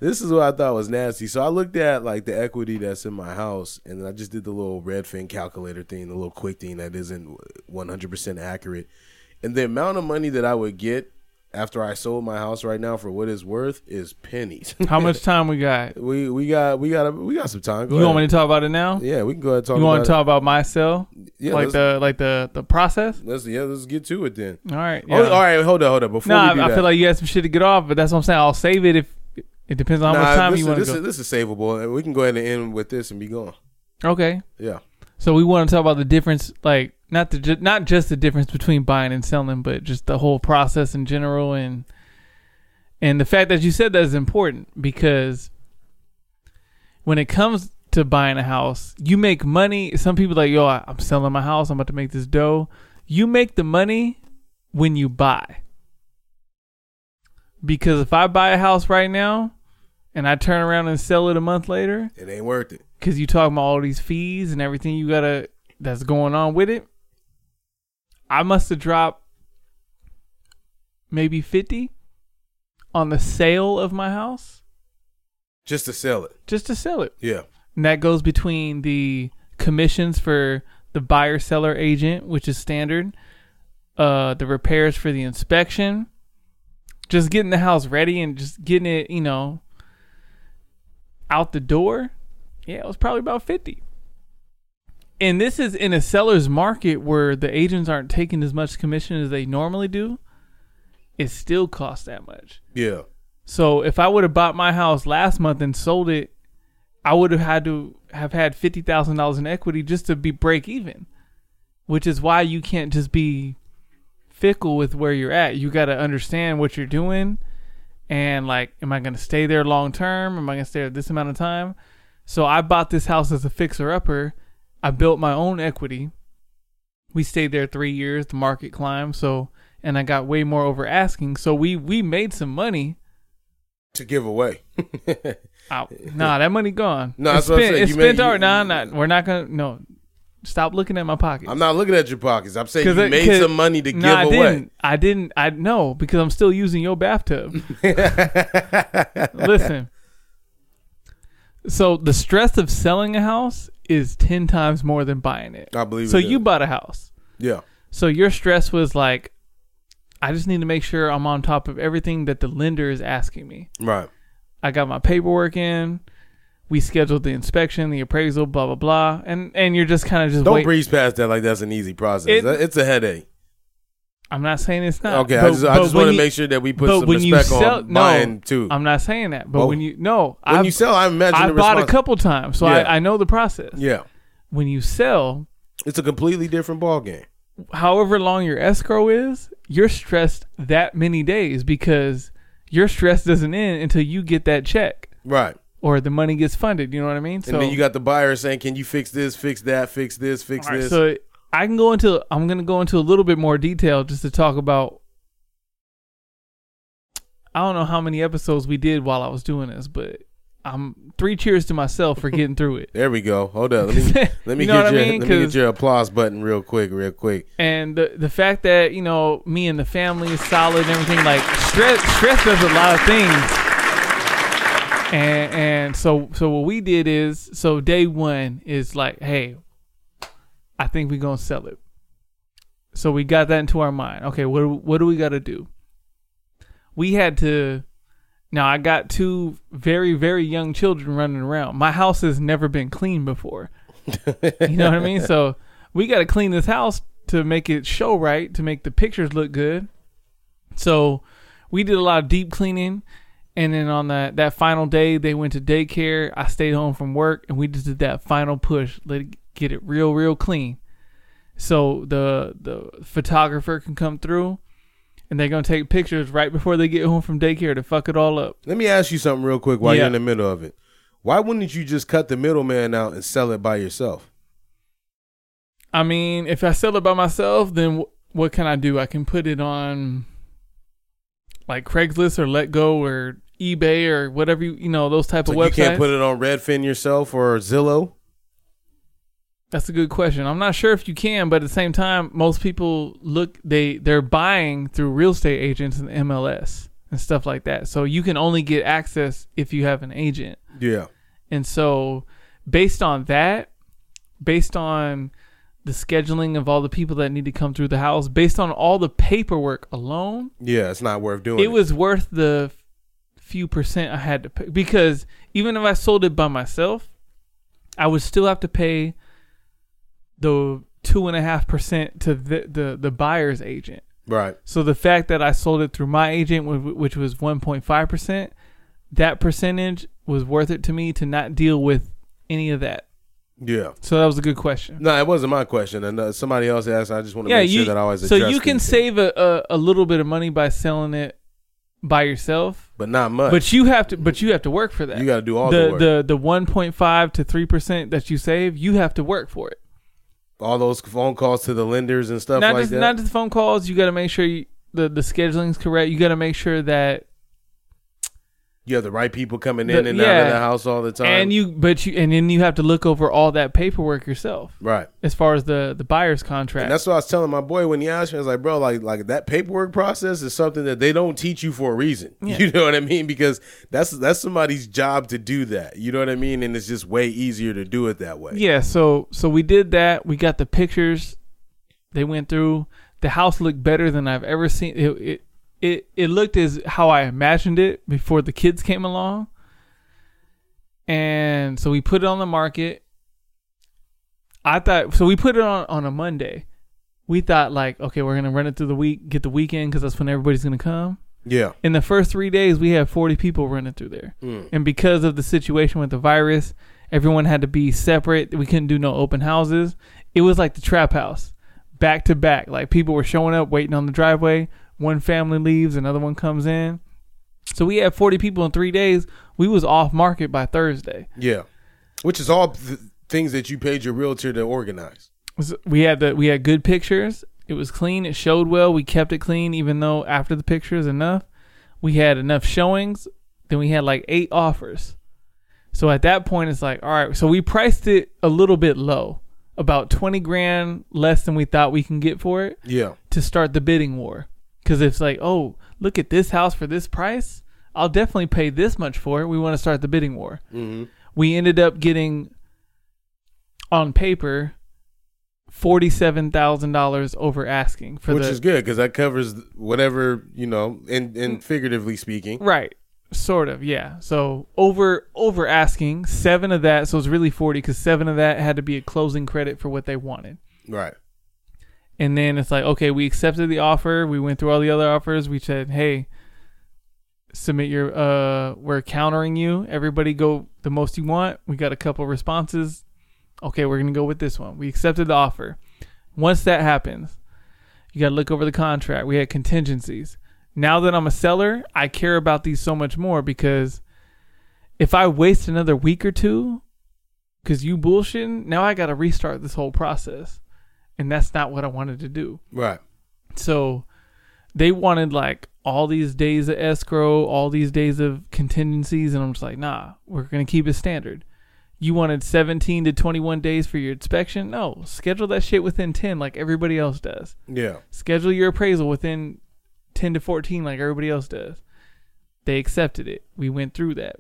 this is what I thought was nasty. So I looked at like the equity that's in my house and then I just did the little Redfin calculator thing, the little quick thing that isn't 100% accurate. And the amount of money that I would get after I sold my house right now for what it's worth is pennies.
how much time we got
We we got we got we got some time. Go
you want
ahead.
me to talk about it now
Yeah, we can go ahead and talk.
you want
about
to talk about my cell
Yeah,
like
let's-
the like the the process
It. Let's yeah, let's get to it then.
all right yeah.
Oh, all right, hold up, hold up. Before
nah,
we do
I,
that,
feel like you had some shit to get off but that's what i'm saying i'll save it if it depends on how much
Nah,
time
this
you
is-
want to
this
go
is this is savable, and we can go ahead and end with this and be gone.
okay
Yeah,
so we want to talk about the difference like not the ju- not just the difference between buying and selling but just the whole process in general and and the fact that you said that is important because when it comes to buying a house you make money some people like yo I- i'm selling my house i'm about to make this dough you make the money when you buy because if i buy a house right now and i turn around and sell it a month later
it ain't worth it.
because you talking about all these fees and everything you gotta that's going on with it. I must have dropped maybe fifty on the sale of my house
Just to sell it.
just to sell it,
Yeah,
and that goes between the commissions for the buyer seller agent, which is standard, uh, the repairs for the inspection, just getting the house ready and just getting it, you know, out the door. Yeah, it was probably about 50. And this is in a seller's market where the agents aren't taking as much commission as they normally do. It still costs that much.
yeah.
So if I would have bought my house last month and sold it, I would have had to have had fifty thousand dollars in equity just to be break even. Which is why you can't just be fickle with where you're at. You gotta understand what you're doing and like, am I gonna stay there long term? Am I gonna stay there this amount of time? So I bought this house as a fixer upper. I built my own equity. We stayed there three years, the market climbed, so and I got way more over asking. So we we made some money.
To give away.
Out. Nah, that money gone.
No,
it's
that's what I'm
spent,
saying.
It's
You
spent
made-
already. Nah,
you-
nah, we're not gonna. No, stop looking at my pocket.
I'm not looking at your pockets. I'm saying
'Cause
you
it-
made
'cause-
some money to
nah, I
give away.
Didn't. I didn't. I no, because I'm still using your bathtub. Listen. So the stress of selling a house is ten times more than buying it.
I believe
So
it is.
you bought a house.
Yeah,
So your stress was like, I just need to make sure I'm on top of everything that the lender is asking me.
right.
I got my paperwork in. We scheduled the inspection, the appraisal, blah blah blah, and and you're just kind of just
Don't
wait.
breeze past that like that's an easy process.
It-
That- it's a headache.
I'm not saying it's not.
Okay, I
but-
just, I
but
just
when
want to
you-
make sure that we put
but
some
when you
respect
sell-
on mine too.
I'm not saying that, but
Well,
when you no,
when
I've,
you sell, I imagine
I
the
bought a
response-
couple times, so
Yeah.
I, I know the process.
Yeah,
When you sell,
it's a completely different ballgame.
however long your escrow is, you're stressed that many days because your stress doesn't end until you get that check
Right.
or the money gets funded. You know what I mean?
And then you got the buyer saying, "Can you fix this? Fix that? Fix this? Fix
All right,
this?"
so I can go into I'm gonna go into a little bit more detail just to talk about I don't know how many episodes we did while I was doing this, but I'm three cheers to myself for getting through it.
there we go. Hold up. Let me let me
You know
get
what I
your
mean?
let me get
'Cause-
your applause button real quick, real quick.
And the the fact that, you know, me and the family is solid and everything, like stress stress does a lot of things. And and so so what we did is so day one is like, hey, I think we're gonna sell it. So we got that into our mind. Okay, what do- what do we got to do? We had to Now I got two very very young children running around. My house has never been clean before. you know what I mean? So we got to clean this house to make it show right, to make the pictures look good. So we did a lot of deep cleaning, and then on that that final day, they went to daycare. I stayed home from work, and we just did that final push, let it get it real real clean. So the the photographer can come through, and they're gonna take pictures right before they get home from daycare to fuck it all up.
Let me ask you something real quick while
Yeah.
you're in the middle of it. Why wouldn't you just cut the middleman out and sell it by yourself?
I mean, if I sell it by myself, then w- what can I do? I can put it on like Craigslist or Let Go or eBay or whatever you you know those type
So
of websites.
you can't put it on Redfin yourself or Zillow.
That's a good question. I'm not sure if you can, but at the same time, most people look they they're buying through real estate agents and MLS and stuff like that. So you can only get access if you have an agent.
Yeah.
And so, based on that, based on the scheduling of all the people that need to come through the house, based on all the paperwork alone,
Yeah, it's not worth doing.
it was worth the f- few percent I had to pay. Because even if I sold it by myself, I would still have to pay the two and a half percent to the, the the buyer's agent.
Right.
So the fact that I sold it through my agent, wh- which was 1.5%, that percentage was worth it to me to not deal with any of that.
Yeah.
So that was a good question.
No, it wasn't my question. And uh, somebody else asked. I just want to
Yeah,
make sure
you,
that I always
so
address
you can
these things.
save a, a, a little bit of money by selling it by yourself,
but not much.
but you have to but you have to work for that.
You gotta do all the work.
the the, the 1.5 to 3% that you save, you have to work for it.
all those phone calls to the lenders and stuff
not
like
just
that.
not just phone calls, you got to make sure you, the the scheduling's correct. You got to make sure that
you have the right people coming
The-
in and out
yeah.
of the house all the time.
and you but you and then you have to look over all that paperwork yourself
right.
as far as the the buyer's contract
And that's what I was telling my boy when he asked me. I was like, bro, like like that paperwork process is something that they don't teach you for a reason.
Yeah.
You know what I mean? Because that's that's somebody's job to do that. You know what I mean? And it's just way easier to do it that way.
yeah so so we did that we got the pictures they went through the house looked better than i've ever seen it it it, it looked as how i imagined it before the kids came along and so we put it on the market i thought so we put it on on a monday we thought like okay we're gonna run it through the week get the weekend because that's when everybody's gonna come
Yeah.
in the first three days we had 40 people running through there and because of the situation with the virus everyone had to be separate we couldn't do no open houses it was like the trap house back to back like people were showing up waiting on the driveway one family leaves another one comes in so we had 40 people in three days we was off market by thursday
Yeah. Which is all th- things that you paid your realtor to organize.
So we had the we had good pictures. It was clean. It showed well. We kept it clean, even though after the picture is enough. We had enough showings. Then we had like eight offers. So at that point, it's like, all right. So we priced it a little bit low, about twenty grand less than we thought we can get for it
Yeah.
to start the bidding war. Because it's like, oh, look at this house for this price. I'll definitely pay this much for it. We want to start the bidding war.
Mm-hmm.
We ended up getting, on paper, forty-seven thousand dollars over asking for
Which
the
is good because that covers whatever, you know, and, and figuratively speaking.
right, sort of, yeah. So over over asking seven of that, so it's really forty because seven of that had to be a closing credit for what they wanted.
Right.
And then it's like, okay, we accepted the offer. We went through all the other offers. We said, hey, submit your, uh, we're countering you. Everybody go the most you want. We got a couple responses. Okay, we're going to go with this one. We accepted the offer. Once that happens, you got to look over the contract. We had contingencies. Now that I'm a seller, I care about these so much more because if I waste another week or two, because you bullshitting, now I got to restart this whole process and that's not what I wanted to do.
Right.
So they wanted like all these days of escrow, all these days of contingencies, and I'm just like, nah, we're gonna keep it standard. You wanted 17 to 21 days for your inspection? No, schedule that shit within 10, like everybody else does.
Yeah.
Schedule your appraisal within 10 to 14, like everybody else does. They accepted it. We went through that.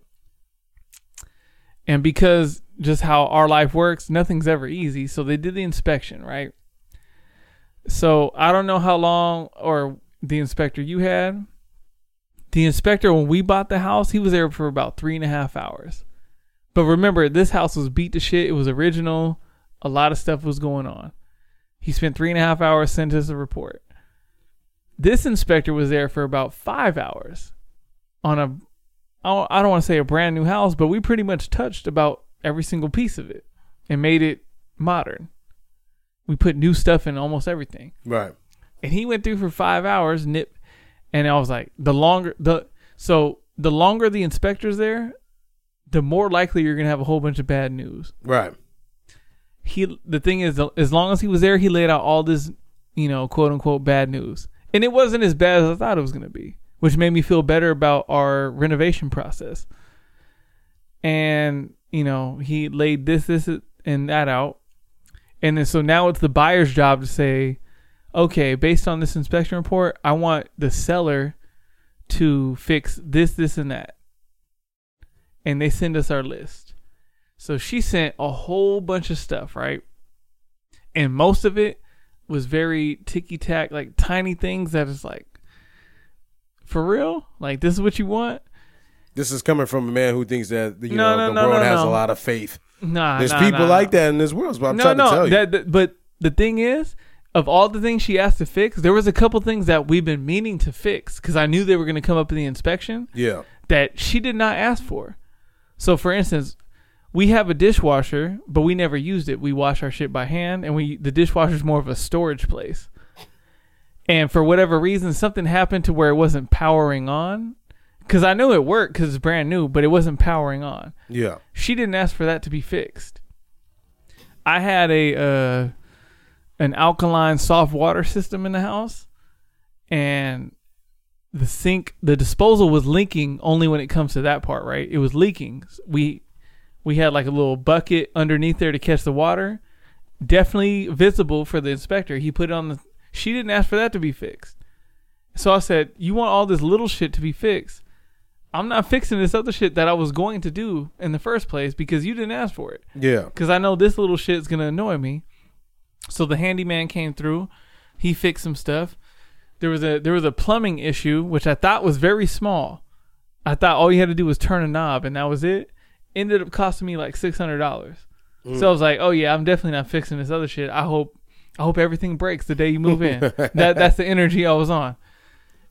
And because just how our life works, nothing's ever easy. So they did the inspection, right? So I don't know how long or the inspector you had, The inspector, when we bought the house, he was there for about three and a half hours. But remember, this house was beat to shit. It was original. A lot of stuff was going on. He spent three and a half hours, sent us a report. This inspector was there for about five hours on a, I don't- I don't want to say a brand new house, but we pretty much touched about every single piece of it and made it modern. We put new stuff in almost everything
Right.
and he went through for five hours nip and i was like the longer the so the longer the inspector's there the more likely you're gonna have a whole bunch of bad news
Right.
he the thing is as long as he was there he laid out all this you know quote unquote bad news and it wasn't as bad as i thought it was gonna be which made me feel better about our renovation process and you know he laid this this and that out and then so now it's the buyer's job to say okay, based on this inspection report, I want the seller to fix this, this, and that. And they send us our list. So she sent a whole bunch of stuff, right? And most of it was very ticky tack, like tiny things that is like, for real? Like, this is what you want?
This is coming from a man who thinks that you know
No, no,
the
no,
world
no,
has
no.
a lot of faith.
Nah,
There's
nah,
people
nah,
like
nah.
that in this world. Is what I'm
no,
trying to tell
no.
you.
That, that- but the thing is, of all the things she asked to fix, there was a couple things that we've been meaning to fix because I knew they were going to come up in the inspection
yeah.
that she did not ask for. So, for instance, we have a dishwasher, but we never used it. We wash our shit by hand, and we the dishwasher is more of a storage place. And for whatever reason, something happened to where it wasn't powering on. Because I knew it worked because it's brand new, but it wasn't powering on.
Yeah.
She didn't ask for that to be fixed. I had a uh, an alkaline soft water system in the house, and the sink, the disposal was leaking only when it comes to that part. Right, it was leaking. We we had like a little bucket underneath there to catch the water. Definitely visible for the inspector. He put it on the. She didn't ask for that to be fixed. So I said, "You want all this little shit to be fixed? I'm not fixing this other shit that I was going to do in the first place because you didn't ask for it.
Yeah.
Because I know this little shit's gonna annoy me. So the handyman came through. He fixed some stuff. There was a there was a plumbing issue which I thought was very small. I thought all you had to do was turn a knob and that was it. Ended up costing me like six hundred dollars. So I was like, oh yeah, I'm definitely not fixing this other shit. I hope I hope everything breaks the day you move in. that that's the energy I was on.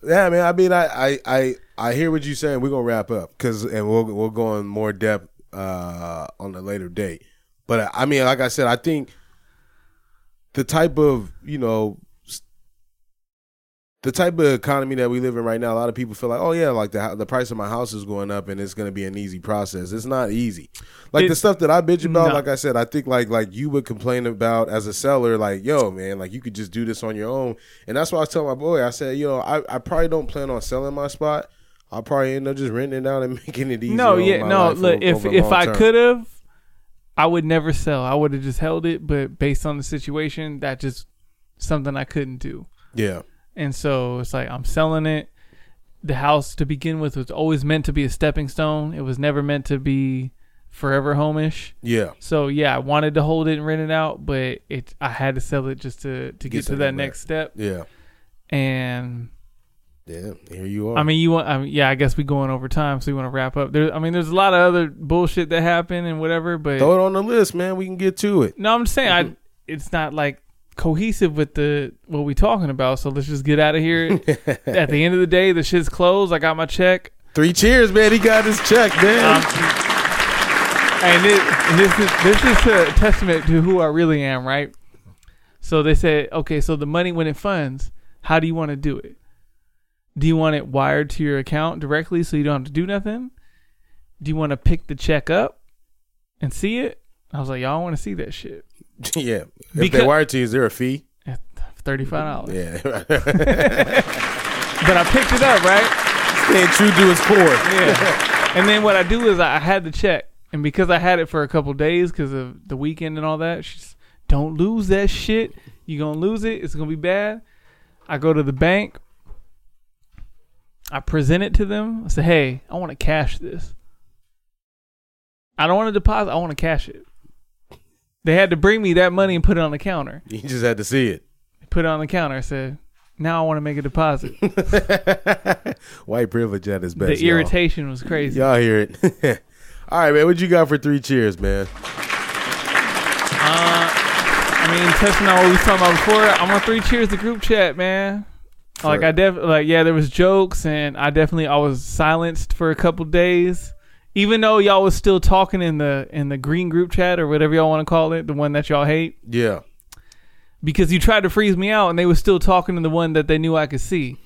Yeah, man. I mean, I, I, I, I hear what you're saying. We're gonna wrap up because, and we'll we'll go on more depth uh, on a later date. But uh, I mean, like I said, I think the type of you know s- the type of economy that we live in right now, a lot of people feel like, oh yeah, like the hou- the price of my house is going up, and it's gonna be an easy process. It's not easy. Like the
It-
stuff that I bitch about,
No.
like I said, I think like like you would complain about as a seller, like yo man, like you could just do this on your own. And that's why I was telling my boy, I said, yo, I, I probably don't plan on selling my spot. I'll probably end up just renting it out and making it easier.
No,
on
yeah,
my
no.
life
Look,
over-
if
over
if
long
I
term.
could have, I would never sell. I would have just held it, but based on the situation, that just something I couldn't do.
yeah,
And so it's like I'm selling it. The house to begin with was always meant to be a stepping stone. It was never meant to be forever homeish.
yeah,
So yeah, I wanted to hold it and rent it out, but it I had to sell it just to to get, to
something
that
back.
next step.
yeah,
And
yeah. Here you are.
I mean, you want? I mean, yeah, I guess we going over time, so you want to wrap up. There, I mean, there's a lot of other bullshit that happened and whatever, but
throw it on the list, man. We can get to it.
no, I'm just saying, I, it's not like cohesive with the what we talking about. So let's just get out of here. At the end of the day, the shit's closed. I got my check,
Three cheers, man. He got his check,
Um,
man.
and, it, and this is this is a testament to who I really am, right? So they said, okay, so the money when it funds, how do you want to do it? Do you want it wired to your account directly so you don't have to do nothing? Do you want to pick the check up and see it? I was like, y'all want to see that shit?
yeah. If they
Because-
wire it to you, is there a fee?
Thirty five dollars.
Yeah.
But I picked it up, right?
Staying true to his core.
yeah. And then what I do is I I had the check, and because I had it for a couple days because of the weekend and all that, she's don't lose that shit. You gonna lose it. It's gonna be bad. I go to the bank. I present it to them. I say, hey, I want to cash this. I don't want to deposit. I want to cash it. They had to bring me that money and put it on the counter.
You just had to see it.
They put it on the counter. I said, Now I want to make a deposit.
White privilege at its best.
the
y'all.
irritation was crazy.
Y'all hear it. All right, man. What you got for three cheers, man?
I mean, touching on what we was talking about before, I want three cheers to group chat, man. Like I def like yeah, there was jokes and I definitely I was silenced for a couple days. Even though y'all was still talking in the in the green group chat or whatever y'all want to call it, the one that y'all hate,
Yeah.
because you tried to freeze me out and they was still talking to the one that they knew I could see.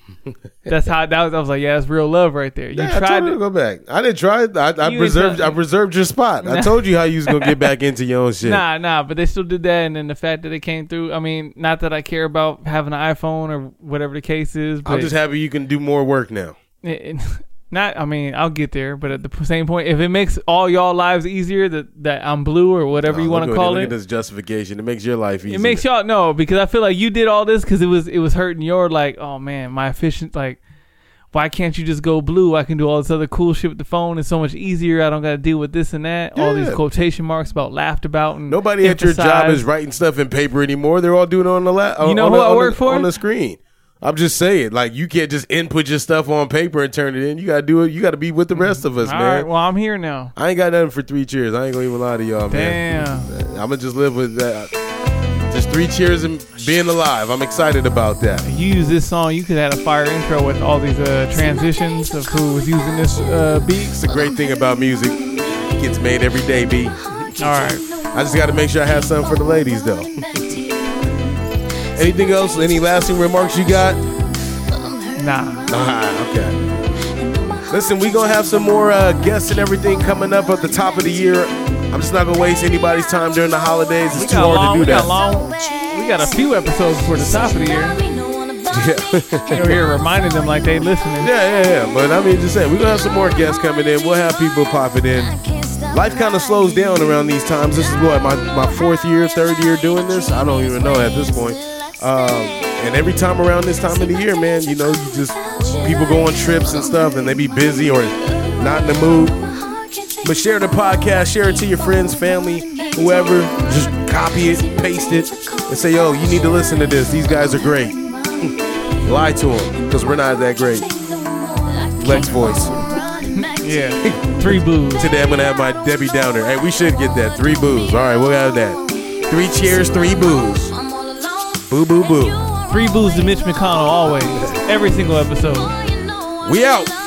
That's how that was. I was like, yeah, that's real love right there. You
Yeah, I
tried
told you to
to,
go back. I didn't try. it. I, I
You
preserved.
didn't-
I preserved your spot. I told you how you was gonna get back into your own shit.
nah, nah, but they still did that. And then the fact that it came through, I mean, not that I care about having an iPhone or whatever the case is, but
I'm just happy you can do more work now.
it- it- not i mean i'll get there but at the same point if it makes all y'all lives easier that that i'm blue or whatever you
Look
want
at
to call
Look
it
at this justification. It makes your life easier.
it makes y'all no because i feel like you did all this because it was it was hurting your like oh man my efficient like why can't you just go blue i can do all this other cool shit with the phone it's so much easier i don't gotta deal with this and that all these
Yeah.
quotation marks about laughed about and
Nobody at your job
emphasized.
is writing stuff in paper anymore. They're all doing it on the la- on,
You know
on
who
the,
I
on
work
the,
for?
on the screen. I'm just saying, like you can't just input your stuff on paper and turn it in. You gotta do it. You gotta be with the rest of us,
all
man.
right well i'm here now
I ain't got nothing for three cheers. I ain't gonna even lie to y'all, man.
damn
I'm gonna just live with that. Just three cheers and being alive. I'm excited about that.
you use this song you could have had a fire intro with all these uh, transitions of who was using this uh, beat
It's the great thing about music. It gets made every day, B.
All right.
I just gotta make sure I have something for the ladies, though. Anything else? Any lasting remarks you got?
Nah.
Ah, okay. Listen, we gonna have some more uh, guests and everything coming up at the top of the year. I'm just not gonna waste anybody's time during the holidays. It's
We
too
got,
hard
long,
to
we
do
got
that.
long. We got a few episodes before the top of the year.
Yeah.
Over here reminding them like they listening.
yeah, yeah, yeah. But I mean, just saying, we're gonna have some more guests coming in. We'll have people popping in. Life kind of slows down around these times. This is what my my fourth year, third year doing this. I don't even know at this point. Um, and every time around this time of the year, man, you know, you just people go on trips and stuff, and they be busy or not in the mood. But share the podcast, share it to your friends, family, whoever. Just copy it, paste it, and say, yo, you need to listen to this. These guys are great. Lie to them, because we're not that great. Lex voice.
Yeah. Three booze.
Today I'm gonna have my Debbie Downer. Hey, we should get that. Three boos. All right, we'll have that. Three cheers, three boos. Boo, boo, boo.
Three booze to Mitch McConnell always. Every single episode.
We out.